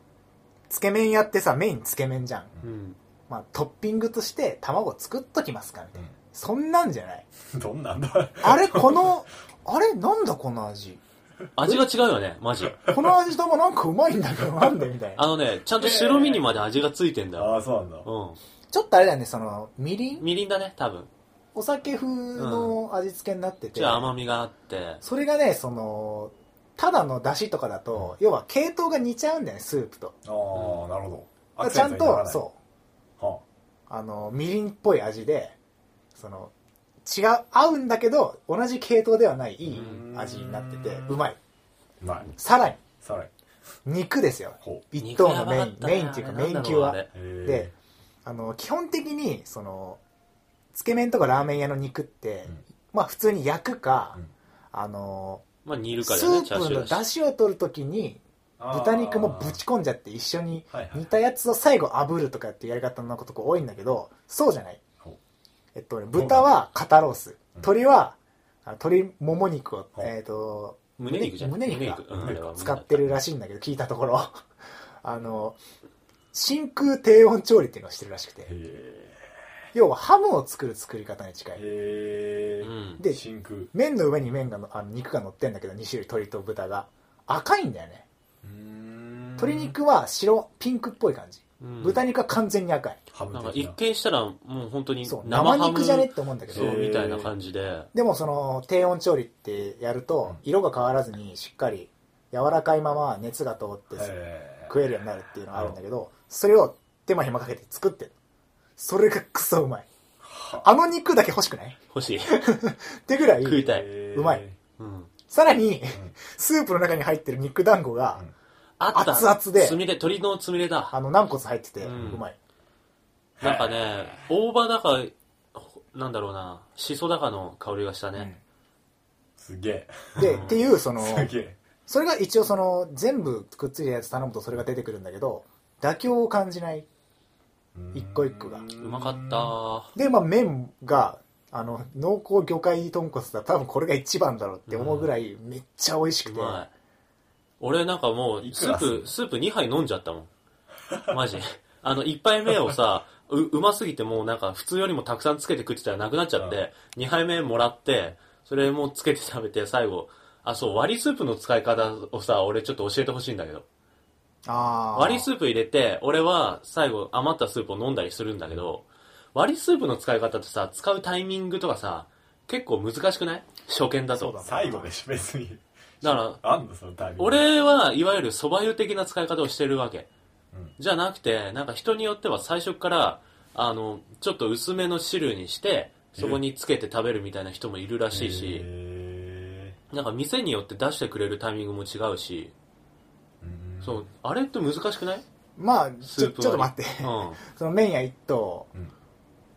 A: つけ麺屋ってさ、メインつけ麺じゃん。
C: うん。
A: まあ、トッピングとして卵作っときますかみたいな。
B: うん
A: そんなんじゃない。
B: どんなんだ *laughs*
A: あれ、この、あれ、なんだこの味。
C: 味が違うよね、マジ。
A: この味玉なんかうまいんだけど、なんでみたいな。
C: あのね、ちゃんと白身にまで味がついてんだ。
B: ああ、そうなんだ。
C: うん。
A: ちょっとあれだよね、その、みりん
C: みりんだね、多分。
A: お酒風の味付けになってて。
C: じゃあ甘みがあって。
A: それがね、その、ただの出汁とかだと、要は系統が似ちゃうんだよね、スープと。
B: ああ、なるほど。
A: ちゃんと、
B: う。
A: そう。
B: は
A: あの、みりんっぽい味で、その、違う、合うんだけど、同じ系統ではない、いい味になってて
B: う、ん
A: うまい。
B: あ、うまい。
A: さらに、
B: さらに。
A: 肉ですよ。
B: ほう。
A: 一等のメイン、メインっていうか、メイン級は。
C: で
A: で
B: え
A: あの基本的にそのつけ麺とかラーメン屋の肉って、
B: うん
A: まあ普通に焼くか、
B: うん
A: あの
C: まあ煮るから
A: ス
C: ね、チャ
A: ー
C: ー
A: プ
C: シュー
A: の
C: だし。
A: 出汁を取るときに
B: ー
A: 豚肉もぶち込んじゃって一緒に
B: はいはい
A: 煮たやつを最後炙るとかっていうやり方のことこ多いんだけどそうじゃない
B: ほう、
A: えっとね、豚は肩ロース
B: うん
A: 鶏はあ鶏もも肉を、
B: ほう
A: えっと
C: 胸肉じゃん。
A: 胸肉か
C: うんあれは胸だ
A: 使ってるらしいんだけど聞いたところ *laughs* あの真空低温調理っていうのをしてるらしくて
B: へえ。
A: 要はハムを作る作り方に近い。
B: へ
C: う
B: え。
C: ん。
A: で、
B: 真空。
A: 麺の上に麺がの、あの肉が乗ってんだけど、2種類、鶏と豚が。赤いんだよね。
B: 鶏
A: 鶏。肉は白、ピンクっぽい感じ。
C: うん
A: 豚肉は完全に赤い。
B: ハム
C: なんか
B: 的
C: 一
B: な。
C: 見したらもう本当に
A: そう、
C: ハ
A: 生
C: ム
A: 肉じゃねって思うんだけ
C: そ
A: ど
C: う、。みたいな感じで。
A: でもその、低温調理ってやると、色が変わらずにしっかり、柔らかいまま熱が通って
B: へー
A: 食えるようになるっていうのがあるんだけど、それを手間暇かけて作ってる。それがクソうまい。あの肉だけ欲しくない
C: 欲しい。
A: ってぐらい、
C: 食いたい。
B: へー
A: うまい。
C: うん。
A: さらに、スープの中に入ってる肉団子が、
B: うん
C: あった。
A: 熱々で
C: つみれ、鳥のつみれ
A: あ
C: だ。
A: の、軟骨入ってて、う
C: うん
A: まい。
C: なんかね、大葉だか、ほなんだろうな、しそだかの香りがしたね。
B: すげえ。
A: で、っていう、その、
B: すげえ。
A: それが一応その、全部くっついたやつ頼むとそれが出てくるんだけど、妥協を感じない。一個一個が
C: うまかった。
A: で、まあ、麺が、あの、濃厚魚介豚骨だ多分これが一番だろうって思うぐらい、めっちゃ美味しく
C: う
A: て。
C: まい。俺なんかもう、
B: い
C: ス
B: く
C: ー
B: らすんの
C: プ、スープ2杯飲んじゃったもん。マジ。あの、1杯目をさ、う、うますぎてもうなんか普通よりもたくさんつけて食ってたらなくなっちゃって、2杯目もらって、それもつけて食べて最後、あ、そう、割りスープの使い方をさ、俺ちょっと教えてほしいんだけど。
A: あー
C: 割りスープ入れて、俺は最後余ったスープを飲んだりするんだけど、割りスープの使い方ってさ、使うタイミングとかさ、結構難しくない初見だ
A: そう
C: と。
A: だ
C: だ
A: ね
B: 最後でしょ、別に。
C: から、
B: あんの、そのタイミング。
C: 俺はいわゆる蕎麦湯的な使い方をしてるわけ。
B: うん
C: じゃなくて、なんか人によっては最初から、あの、ちょっと薄めの汁にして、そこにつけて食べるみたいな人もいるらしいし、
B: へ
C: なんか店によって出してくれるタイミングも違うし、
B: ーうん
C: そう、あれって難しくない
A: まあ、ち
C: ス
A: ょ、
C: ープ割り
A: ちょっと待って。
C: うん。
A: *laughs* その麺屋一頭
B: うん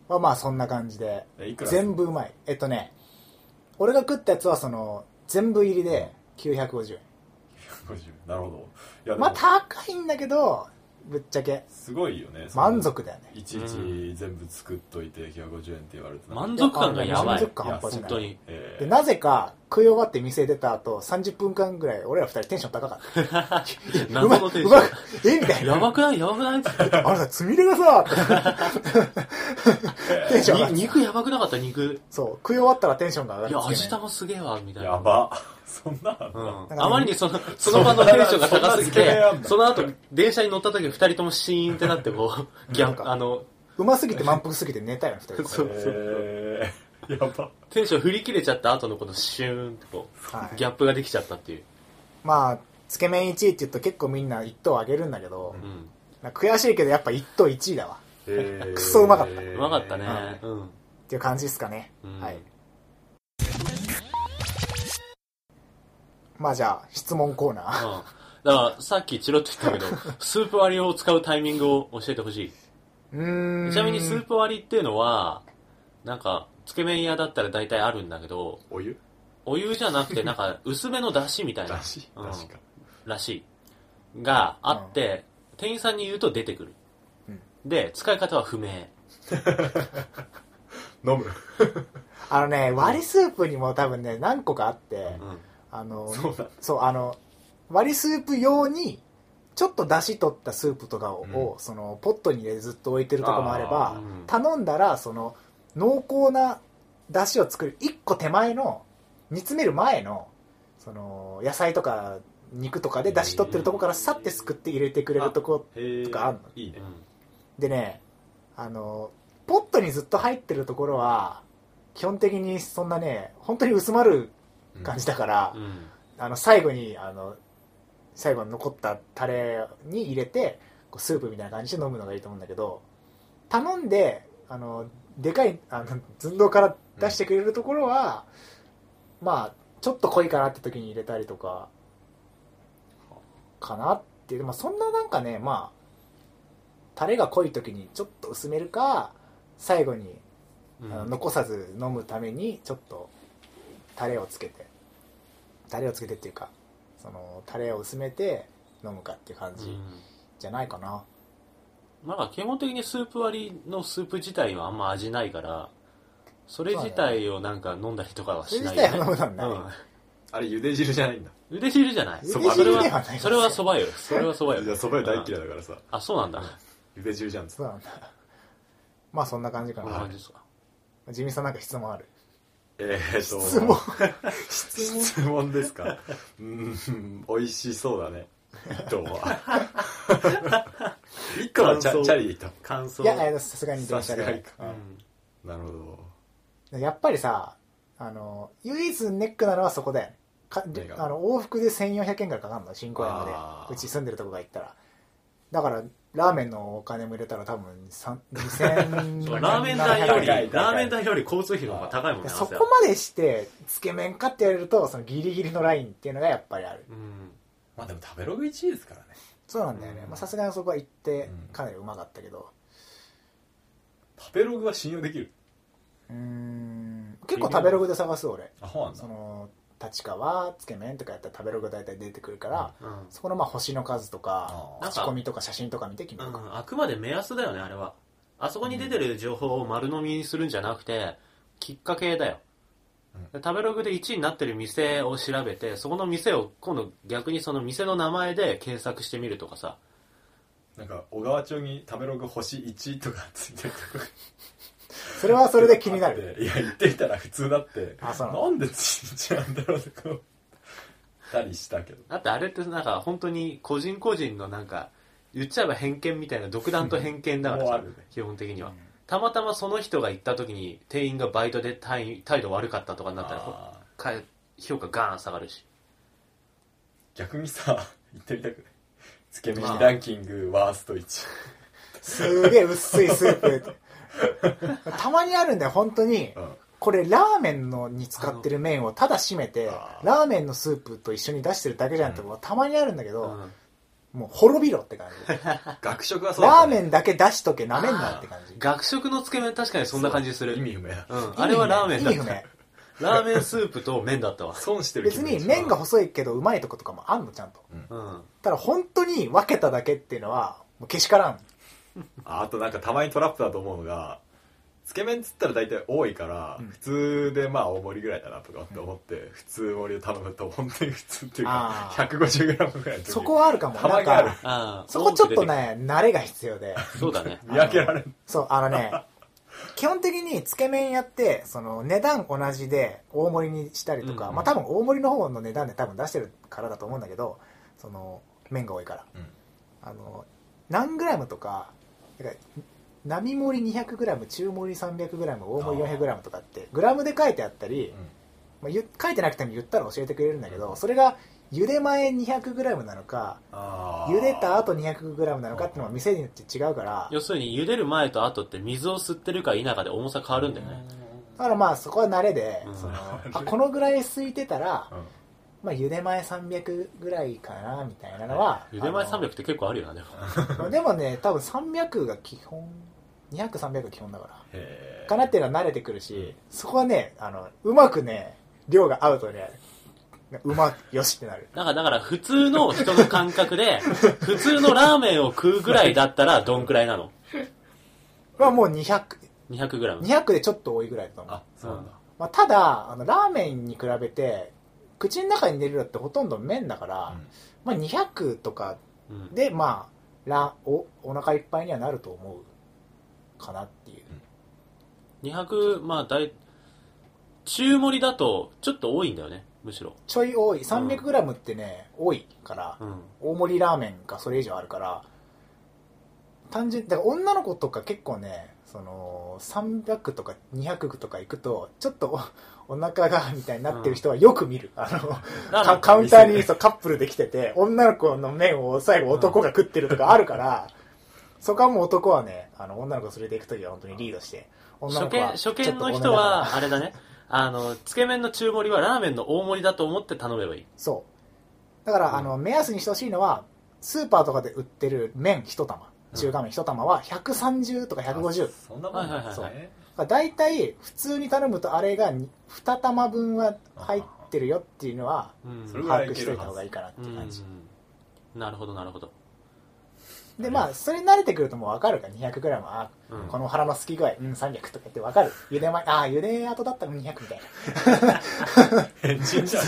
A: はまあそんな感じで、
B: えいくら
A: 全部うまい。えっとね、俺が食ったやつはその、全部入りで950円。
B: 150なるほどいやでも
A: まあ高いんだけど、ぶっちゃけ
B: すごいよねその
A: 満足だよね。
B: いちいち全部作っといて150円って言われて
C: 満足感がやば
A: 満足
C: い。
A: 感半端じゃ
C: 本
A: な
C: 当
A: い。
C: に。
B: え
A: で、なぜか食い終わって店出た後30分間ぐらい俺ら二人テンション高かった。うまい
C: 謎のテン
A: う
C: シ
A: ま
C: ョ
A: いえみたい
C: ン。
A: な。
C: やばくないやばくないっつ
A: *laughs*
C: って
A: あれさ、つみれがさ、
C: *laughs*
A: テンション上がっ
C: に
A: て
C: 肉やばくなかった肉。
A: そう、食い終わったらテンションが上が
C: い
A: るんです
C: や、
A: よね。
C: 味玉すげえわ、みたいな。
B: やば *laughs* そんな
C: う
B: の
A: かね
C: んあまりにその、その場のテンションが高すぎ
B: そんなそんな付け合い
C: て
B: あん、の
C: その後、電車に乗った時二人ともシーンってなって、こう、ギャン、あの、
A: うますぎて満腹すぎて寝たよね、二人とも。
C: そうそう。
B: えーやば
C: テンション振り切れちゃった後のこのシューンってこ
A: は
C: う、
A: い
C: ギャップができちゃったっていう。
A: まあ、つけ麺1位って言うと結構みんな1等あげるんだけど、
C: うん。
A: なんか悔しいけどやっぱ1等1位だわ。
B: く
A: そうまかった
C: うまかったね
A: は。
C: うん。
A: っていう感じですかね。
C: うん
A: はい。まあじゃあ、質問コーナー。
C: うんだから、さっきチロッと言ったけど、スープ割りを使うタイミングを教えてほし
A: うーん。
C: い。ちなみにスープ割りっていうのは、なんか、つけ麺屋だったら大体あるんだけど、
B: お湯
C: お湯じゃなくて、なんか、薄めの出汁みたいな
B: だ。し
C: うん
B: 確か、
C: らしいがあって、店員さんに言うと出てくる、
A: うん
C: で使い方は不明
B: 飲む
A: あのね、割りスープにも多分ね、何個かあって、
C: うん
A: あの、
B: そうだ
A: そう、あの、割りスープ用に、ちょっと出汁取ったスープとかを、
B: うん
A: をその、ポットに入れてずっと置いてるとこもあれば
B: あー
C: うん
A: 頼んだら、その、濃厚な出汁を作る一個手前の、煮詰める前の、その、野菜とか、肉とかで出汁取ってるとこからさってすくって入れてくれるとこ、
B: へー
A: とかあんの
B: いいうね
C: ん
A: でね、あの、ポットにずっと入ってるところは、基本的にそんなね、本当に薄まる感じだから、
C: うん
A: あの最後にあの最後に残ったタレに入れてこうスープみたいな感じで飲むのがいいと思うんだけど頼んであのでかいあの寸胴から出してくれるところは、まあちょっと濃いかなって時に入れたりとかかなっていう、まあ、そんななんかねまあタレが濃い時にちょっと薄めるか最後に
C: う
A: あの
C: ん
A: 残さず飲むためにちょっとタレをつけてタレをつけてっていうかそのタレを薄めて飲むかっていう感
C: う
A: じ
C: ん
A: じゃないかな、
C: なんか基本的にスープ割りのスープ自体はあんま味ないからそれ自体をなんか飲んだりとかは
A: それ
C: しな
A: 自
C: い
A: 体
C: よ
A: は飲
C: ね
A: むなんだ、
B: あれ茹で汁じゃないんだ
C: うん腕汁じゃない
A: 茹
B: で汁
C: それ
A: ではないで
C: は
A: す
C: それはそばよそれはそば
B: いや
C: よ
B: そば湯大嫌いだからさ
C: あそうなんだ
B: 茹で汁じゃんつって
A: そうなんだ *laughs* まあそんな感じか
C: こ
A: な、
C: んな感じですか
A: 地味さんなんか質問ある
B: えーっと
A: 質問
B: *laughs* 質問ですかうん美味しそうだね一頭は *laughs* 一個はチャ
C: 感想
B: チャリで行った
C: 感想
A: いやいやさすがに電車
B: さすが
A: で
B: にか、
C: うん
B: なるほど
A: うんやっぱりさあの唯一ネックなのはそこだよねか
B: 何が
A: あの往復で1400円からいかかるの新小山
B: あ
A: で
B: ー
A: うち住んでるとこが行ったらだからラーメンのお金も入れたら多分さん2000
C: そうラーメン代より
B: 高い高い
C: ラーメン代より交通費の方が高いもんね
A: そこ
C: 汗は
A: までしてつけ麺かってやれるとそのギリギリのラインっていうのがやっぱりある
C: うん
B: まあでも食べログ1位ですからね
A: そうなんだよねまあさすがにそこは行って
B: うん
A: かなりうまかったけど
B: 食べログは信用できる
A: うーん結構食べログで探す俺
B: あそうなんだ
A: その立川つけ麺とかやったら食べログが大体出てくるから、
C: うん
A: そこのまあ星の数とか
B: あー
A: 口コミとか写真とか見て決めるか
C: うんあくまで目安だよねあれはあそこに出てる情報を丸飲みにするんじゃなくてきっかけだよで食べログで1位になってる店を調べてそこの店を今度逆にその店の名前で検索してみるとかさ
B: なんか小川町に食べログ星1とかついてるとこ
A: それはそれで気になる
B: あっていや行ってみたら普通だって
A: あそうなの
B: なんでちんなんだろうとか思ったりしたけど
C: だってあれってなんか本当に個人個人のなんか言っちゃえば偏見みたいな独断と偏見だから
B: もうあ
C: さ
B: るね
C: 基本的には、たまたまその人が行った時に店員がバイトで態態度悪かったとかになったらほ
B: あ
C: か評価ガーン下がるし
B: ー逆にさ行ってみたくないつけ麺ランキングワースト1
A: すげえ薄いスープたまにあるんだよ本当に
B: うん
A: これラーメンのに使ってる麺をただ締めて
B: あー
A: ラーメンのスープと一緒に出してるだけじゃんって、たまにあるんだけ
C: う
A: ど、
C: ん
A: もう滅びろって感
C: *laughs*
A: じ
B: 学食はそう
A: ラ
B: だ
A: ー
B: ね
A: メンだけ出しとけなめんなって感じ
C: 学食のつけ麺確かにそんな感じする
B: 意味不明だ
C: うん、あれはラーメンだ
A: 意味
C: っ
A: 不明
C: たラーメンスープと麺だったわ
B: 損してる気
A: 別
B: 分
A: に麺が細いけどうまいとことかもあんのちゃんと
C: うん
A: ただ本当に分けただけっていうのはもうけしからん
B: ああとなんかたまにトラップだと思うのがつけ麺っつったら大体多いから、
A: うん
B: 普通でまあ大盛りぐらいだなとかって思って、普通盛りを頼むと本当に普通っていうか
A: あ
B: 150g ぐらいの時
A: そこはあるかも
B: たまにある
A: なんか
C: ああ
A: そこちょっとね慣れが必要で
C: そうだね
B: 見分けられん
A: そうあのね *laughs* 基本的につけ麺やってその値段同じで大盛りにしたりとか、
C: うんうん
A: まあ多分大盛りの方の値段で多分出してるからだと思うんだけどその麺が多いから
B: うん
A: あの何グラムとかだから並盛り 200g 中盛り 300g 大盛り 400g とかってグラムで書いてあったり、まあ、ゆ書いてなくても言ったら教えてくれるんだけどそれが茹で前 200g なのか
B: あー
A: 茹でた後 200g なのかっていうのは店によって違うから
C: 要するに茹でる前と後って水を吸ってるか否かで重さ変わるんだよね
A: だからまあそこは慣れで、
C: うん
A: そのあこのぐらい空いてたら、
B: うん
A: まあ、茹で前300ぐらいかなみたいなの
C: *laughs*
A: は
C: 茹で前
A: あの
C: 300って結構あるよなでも
A: でもね多分300が基本200300が基本だから
B: へー
A: かなっていうのは慣れてくるし、そこはねあのうまくね量が合うとねうまくよしってなる
C: なんかだから普通の人の感覚で普通のラーメンを食うぐらいだったらどんくらいなの
A: まあもう200
C: 200g
A: 200でちょっと多いぐらいだと思う
B: あそうなんだ、
A: まあ、ただあのラーメンに比べて口の中に入れるのってほとんど麺だから、
B: うん
A: まあ、200とか
C: うん
A: でまあらおお腹いっぱいにはなると思うかなっていう
C: 200まあ大中盛りだとちょっと多いんだよねむしろ
A: ちょい多い 300g ってね、多いから
C: うん
A: 大盛りラーメンがそれ以上あるから単純だから女の子とか結構ねその300とか200とか行くとちょっとおお腹がみたいになってる人はよく見る、あのか
C: だか
A: カウンターにそうカップルで来てて女の子の麺を最後男が食ってるとかあるから、そこはもう男はねあの女の子連れて行く時は本当にリードして
C: ら
A: 女
C: 初
A: の子
C: 見
A: は
C: 初
A: ちょ
C: 見
A: っと
C: の
A: お
C: 人
A: 腹が
C: はあれだねあのつけ麺の中盛りはラーメンの大盛りだと思って頼めばいい
A: そうだから、
C: うん
A: あの目安にしてほしいのはスーパーとかで売ってる麺一玉中華麺一玉は130とか150、
B: あそんなもんなんですね、
C: はい
A: だい大体普通に頼むとあれがに2玉分は入ってるよっていうのは
C: うん
B: それぐら
A: 把
B: い
A: 握
B: い
A: し
B: け
A: と
B: る
A: いた方
B: は
A: がい
B: ず
A: いかなって
C: う
A: いう感じ、
C: んなるほどなるほど、
A: でまあそれ慣れてくるともう分かるから 200g あ
C: うん
A: この腹のすき具合、うん、300とか言って分かる。茹で前、ああ、茹で後だったら200みたいな。
B: 変人じゃん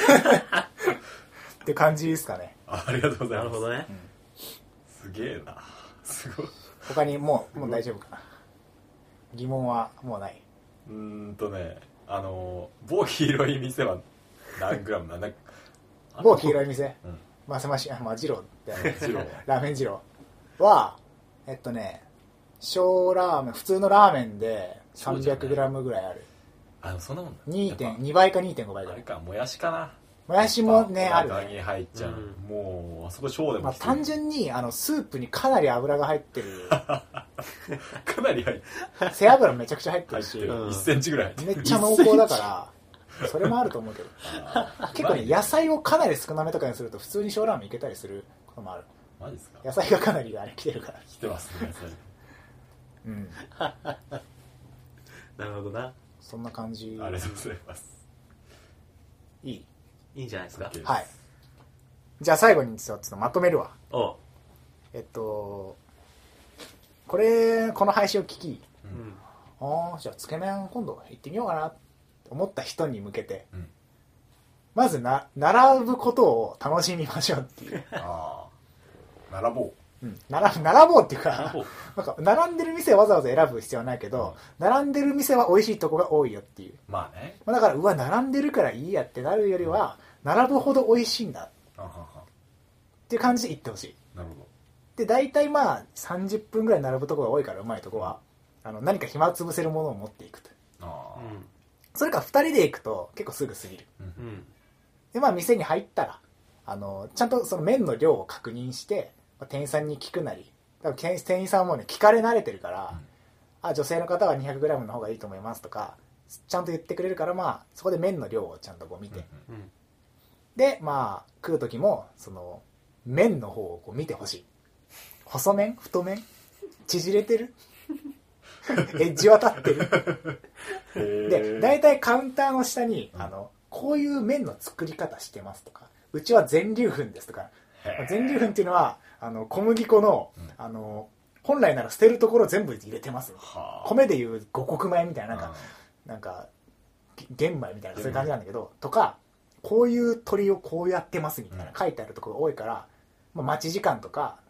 A: って感じですかね。
B: あありがとうござ
C: な
B: います
C: るほどね
B: すげえなすごい
A: 他にもう、もう大丈夫かな。疑問はもうない。
B: うーんとねあの某広い店は何グラムなんだ
A: 某黄色い店、
B: うん
A: まあ、せまし、あまあ、二郎ってあの、
B: 白
A: ラーメン二郎は、えっとね、小ラーメン、普通のラーメンで
B: そうじゃない
A: 300g ぐらいある。
B: あのそんなもんだやっぱ
A: 2.2倍か2.5倍ぐ
B: あ
A: ら
B: れ
A: い。
B: かもやしかな
A: もやしもね、
B: やっぱ
A: ある
B: お腹
A: ね。
B: に入っちゃう、
C: うん
B: もうあそこ小で
A: ま
B: も
A: あ、
B: きつい
A: 単純に、あの、スープにかなり油が入ってる。
B: かなり入って
A: 背脂めちゃくちゃ入ってる
B: 入って
A: し。
B: る、
C: うん
B: 1センチぐらい入って
A: め
B: る
A: っちゃ濃厚だからそれもあると思うけど
B: あー
A: 結構ね
B: うまい
A: 野菜をかなり少なめとかにすると普通に小ラーメンいけたりすることもある
B: マジですか
A: 野菜がかなりあれ来てるから
B: 来てますねそれ
A: うん
D: なるほどな。
A: そんな感じ
B: ありがとうございます
A: いい
D: いいんじゃないですか。
B: OK
A: はいじゃあ最後にちょっとまとめるわ
D: おう。
A: えっとこれこの配信を聞き
D: うん。
A: ああじゃあつけ麺今度行ってみようかなって思った人に向けて、
B: うん
A: まずな並ぶことを楽しみましょうっていう、
B: ああ並ぼう
A: うん、並ぶ並ぼうっていう
D: あ
A: か
D: おう
A: *laughs* なんか並んでる店わざわざ選ぶ必要はないけど、並んでる店は美味しいとこが多いよっていう
B: まあね
A: まあだからうわ並んでるからいいやってなるよりは並ぶほど美味しいんだっ
B: あはは
A: ていう感じで行ってほしい
B: なるほど
A: で大体まあ30分ぐらい並ぶとこが多いからうまいとこはあの何か暇つぶせるものを持っていくと
B: ああ
A: それか2人で行くと結構すぐ過ぎる
D: うん。うん。
A: でまあ店に入ったらあのちゃんとその麺の量を確認して、まあ店員さんに聞くなり多分店店員さんはもうね聞かれ慣れてるから、あ女性の方は 200g の方がいいと思いますとかちゃんと言ってくれるからまあそこで麺の量をちゃんとこう見て、
D: うん。
A: でまあ食う時もその麺の方をこう見てほしい細麺太麺縮れて *laughs* るエッジは立ってるで
B: だ
A: 大
B: い
A: 体カウンターの下に、
B: うん
A: あのこういう麺の作り方してますとかうちは全粒粉ですとか全粒粉っていうのはあの小麦粉の,、
B: うん
A: あの本来なら捨てるところ全部入れてます
B: はあ
A: 米でいう五穀米みたいななんか
B: あ
A: なんかげ玄米みたいなそういう感じなんだけどとかこういう鳥をこうやってますみたいな
B: うん
A: 書いてあるところが多いから、まあ、待ち時間とか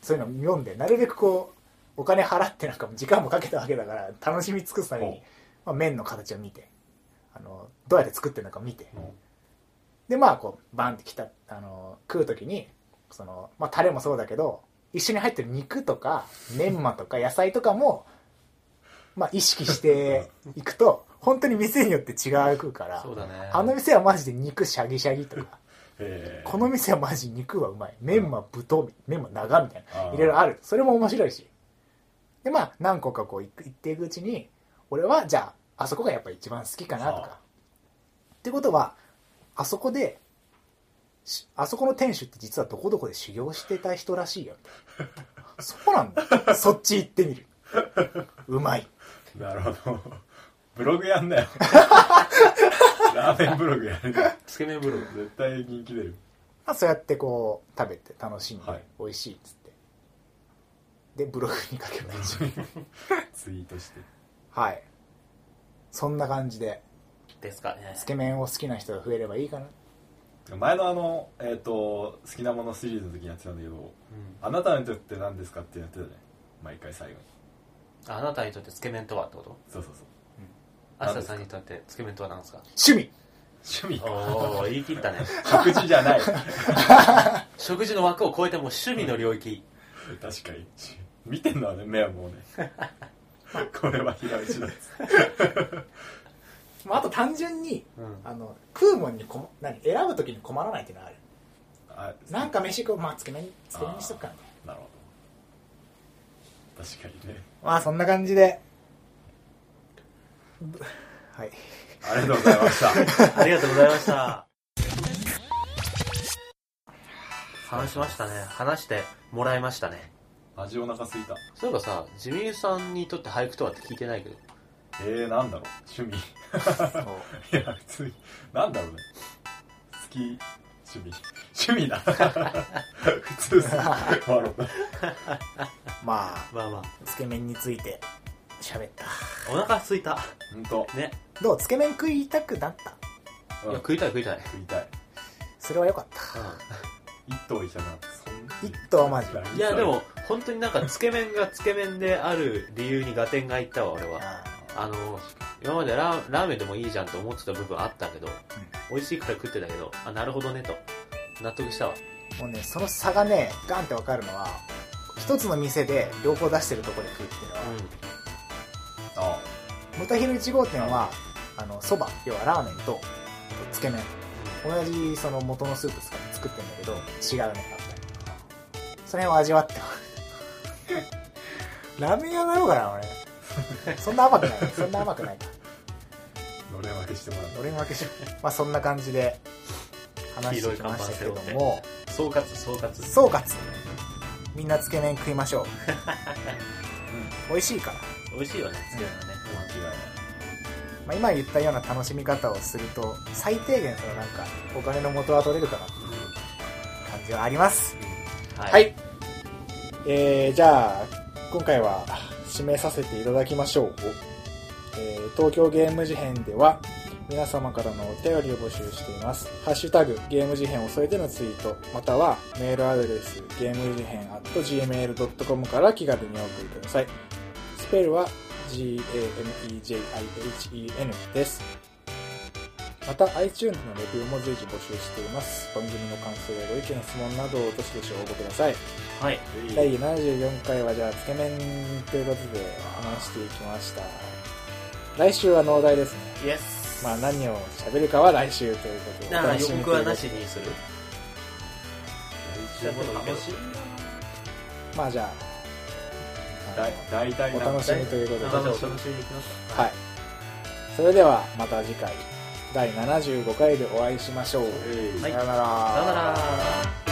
A: そういうの読んでなるべくこうお金払ってなんかも時間もかけたわけだから楽しみ尽くすため
B: ほう
A: に、まあ、麺の形を見てあのどうやって作ってるのか見て、
B: うん
A: でまあこうバンってきたあの食う時にその、まあ、タレもそうだけど一緒に入ってる肉とかメンマとか野菜とかも、まあ、意識していくと本当に店によって違うから
D: そうだね。
A: あの店はマジで肉シャギシャギとか
B: へえ
A: この店はマジ肉はうまいメンマ豚メンマ長みたい
B: あ
A: な
B: ー
A: いろいろあるそれも面白いしでまあ何個かこう行く行っていくうちに俺はじゃああそこがやっぱ一番好きかなと
B: は
A: かってことはあそこでしあそこの店主って実はどこどこで修行してた人らしい
B: *laughs*
A: よみたいなそうなんだそっち行ってみるうまい
B: なるほどブログやん
A: *laughs*
B: なよラーメンブログやるな
D: つけ麺ブログ。
B: 絶対人気出る
A: まあ、そうやってこう食べて楽しんで、
B: はい
A: 美味しいっつってでブログに書けばいいし
B: ツイートして
A: はいそんな感じで
D: ですかね
A: つ。け麺を好きな人が増えればいいかな
B: 前のあのえっ、と好きなものシリーズの時にやってたんだけど
D: うん。
B: あなたにとって何ですかってやってたね毎回最後に
D: あなたにとってつけ麺とはってこと
B: そうそうそう
D: 明日さんにとってつけ麺とは何ですか
A: 趣味
B: 趣味
D: おお言い切ったね。
B: 食事じゃない *laughs* 確
D: 食事の枠を超えてもう趣味の領域。
B: かに見てんのはね目はもうねこれは平打ちだっつって
A: まああと単純に
D: うん。
A: あの食うもんにこ何選ぶ時に困らないっていうのはある
B: あ
A: なんか飯食うまあつけ麺つけ麺にしとくかみたい
B: なるほど確かにね
A: なまあそんな感じではい
B: ありがとうございました *laughs*
D: ありがとうございました。話しましたね。話してもらいましたね。
B: 味お腹すいた
D: そういえばさ、ジミーさんにとって俳句とはって聞いてないけど。
B: えー、なんだろう趣味いや普通になんだろうね好き趣味趣味だ *laughs* 普通っすね笑った
A: まあ
D: まあまあ。
A: つけ麺について喋った
D: お腹空いた。
B: ほんと
D: ね。
A: どうつけ麺食いたくなった
D: い
B: うん
D: や、食
B: 食
D: いたい食いたい。
B: いたい
A: それは良かった
B: 一頭いたなそんな
A: 一頭はマジ
D: いや、でも、本当になんか、つけ麺がつけ麺である理由に合点がいったわ、俺は。
A: ああ
D: あの、今までラーラーメンでもいいじゃんと思ってた部分あったけど、美味しいから食ってたけど、あ、なるほどねと。納得したわ。
A: もうねその差がねガンって分かるのは一つの店で両方出してるところで食うっていうのは
D: う
B: あ
A: ムタヒル1号店はあのそば要はラーメンとつけ麺同じその元のスープ使って作ってるんだけど違うねやっぱりその辺を味わってます *laughs* *laughs* ラーメン屋だろうかな俺そんな甘くないそんな甘くないか
B: のれん分けしてもらう
A: 俺負けしまあそんな感じで話してきましたけれども
D: 総括総括
A: 総括みんなつけ麺食いましょう、美味しいから、
D: 美味しいよねつけ麺はね、
A: まあ、今言ったような楽しみ方をすると最低限そのなんかお金の元は取れるかなっていう感じはあります
D: は
A: はい、えーじゃあ今回は締めさせていただきましょう、えー東京ゲーム事変では皆様からのお便りを募集しています「ハッシュタグゲーム事変」を添えてのツイートまたはメールアドレスゲーム事変 .gmail.com から気軽にお送りくださいスペルは GAMEJIHEN ですまた iTunes のレビューも随時募集しています番組の感想やご意見質問などをどしどし応募ください
D: はい
A: 第74回はじゃあつけ麺ということで話していきました来週は農大ですね
D: イエス
A: まあ何を喋るかは来週ということで
D: だから予告はなし
A: というこ
D: にする
B: 来週も楽しい
A: とでまあじゃあ
B: 大大体
A: あのお
B: なん
A: 楽
B: か
A: しみということ
D: じ
A: で
D: ゃあお楽しみにいきますか
A: はいそれではまた次回第75回でお会いしましょう、
B: えい
D: はい
A: さよなら
D: さよなら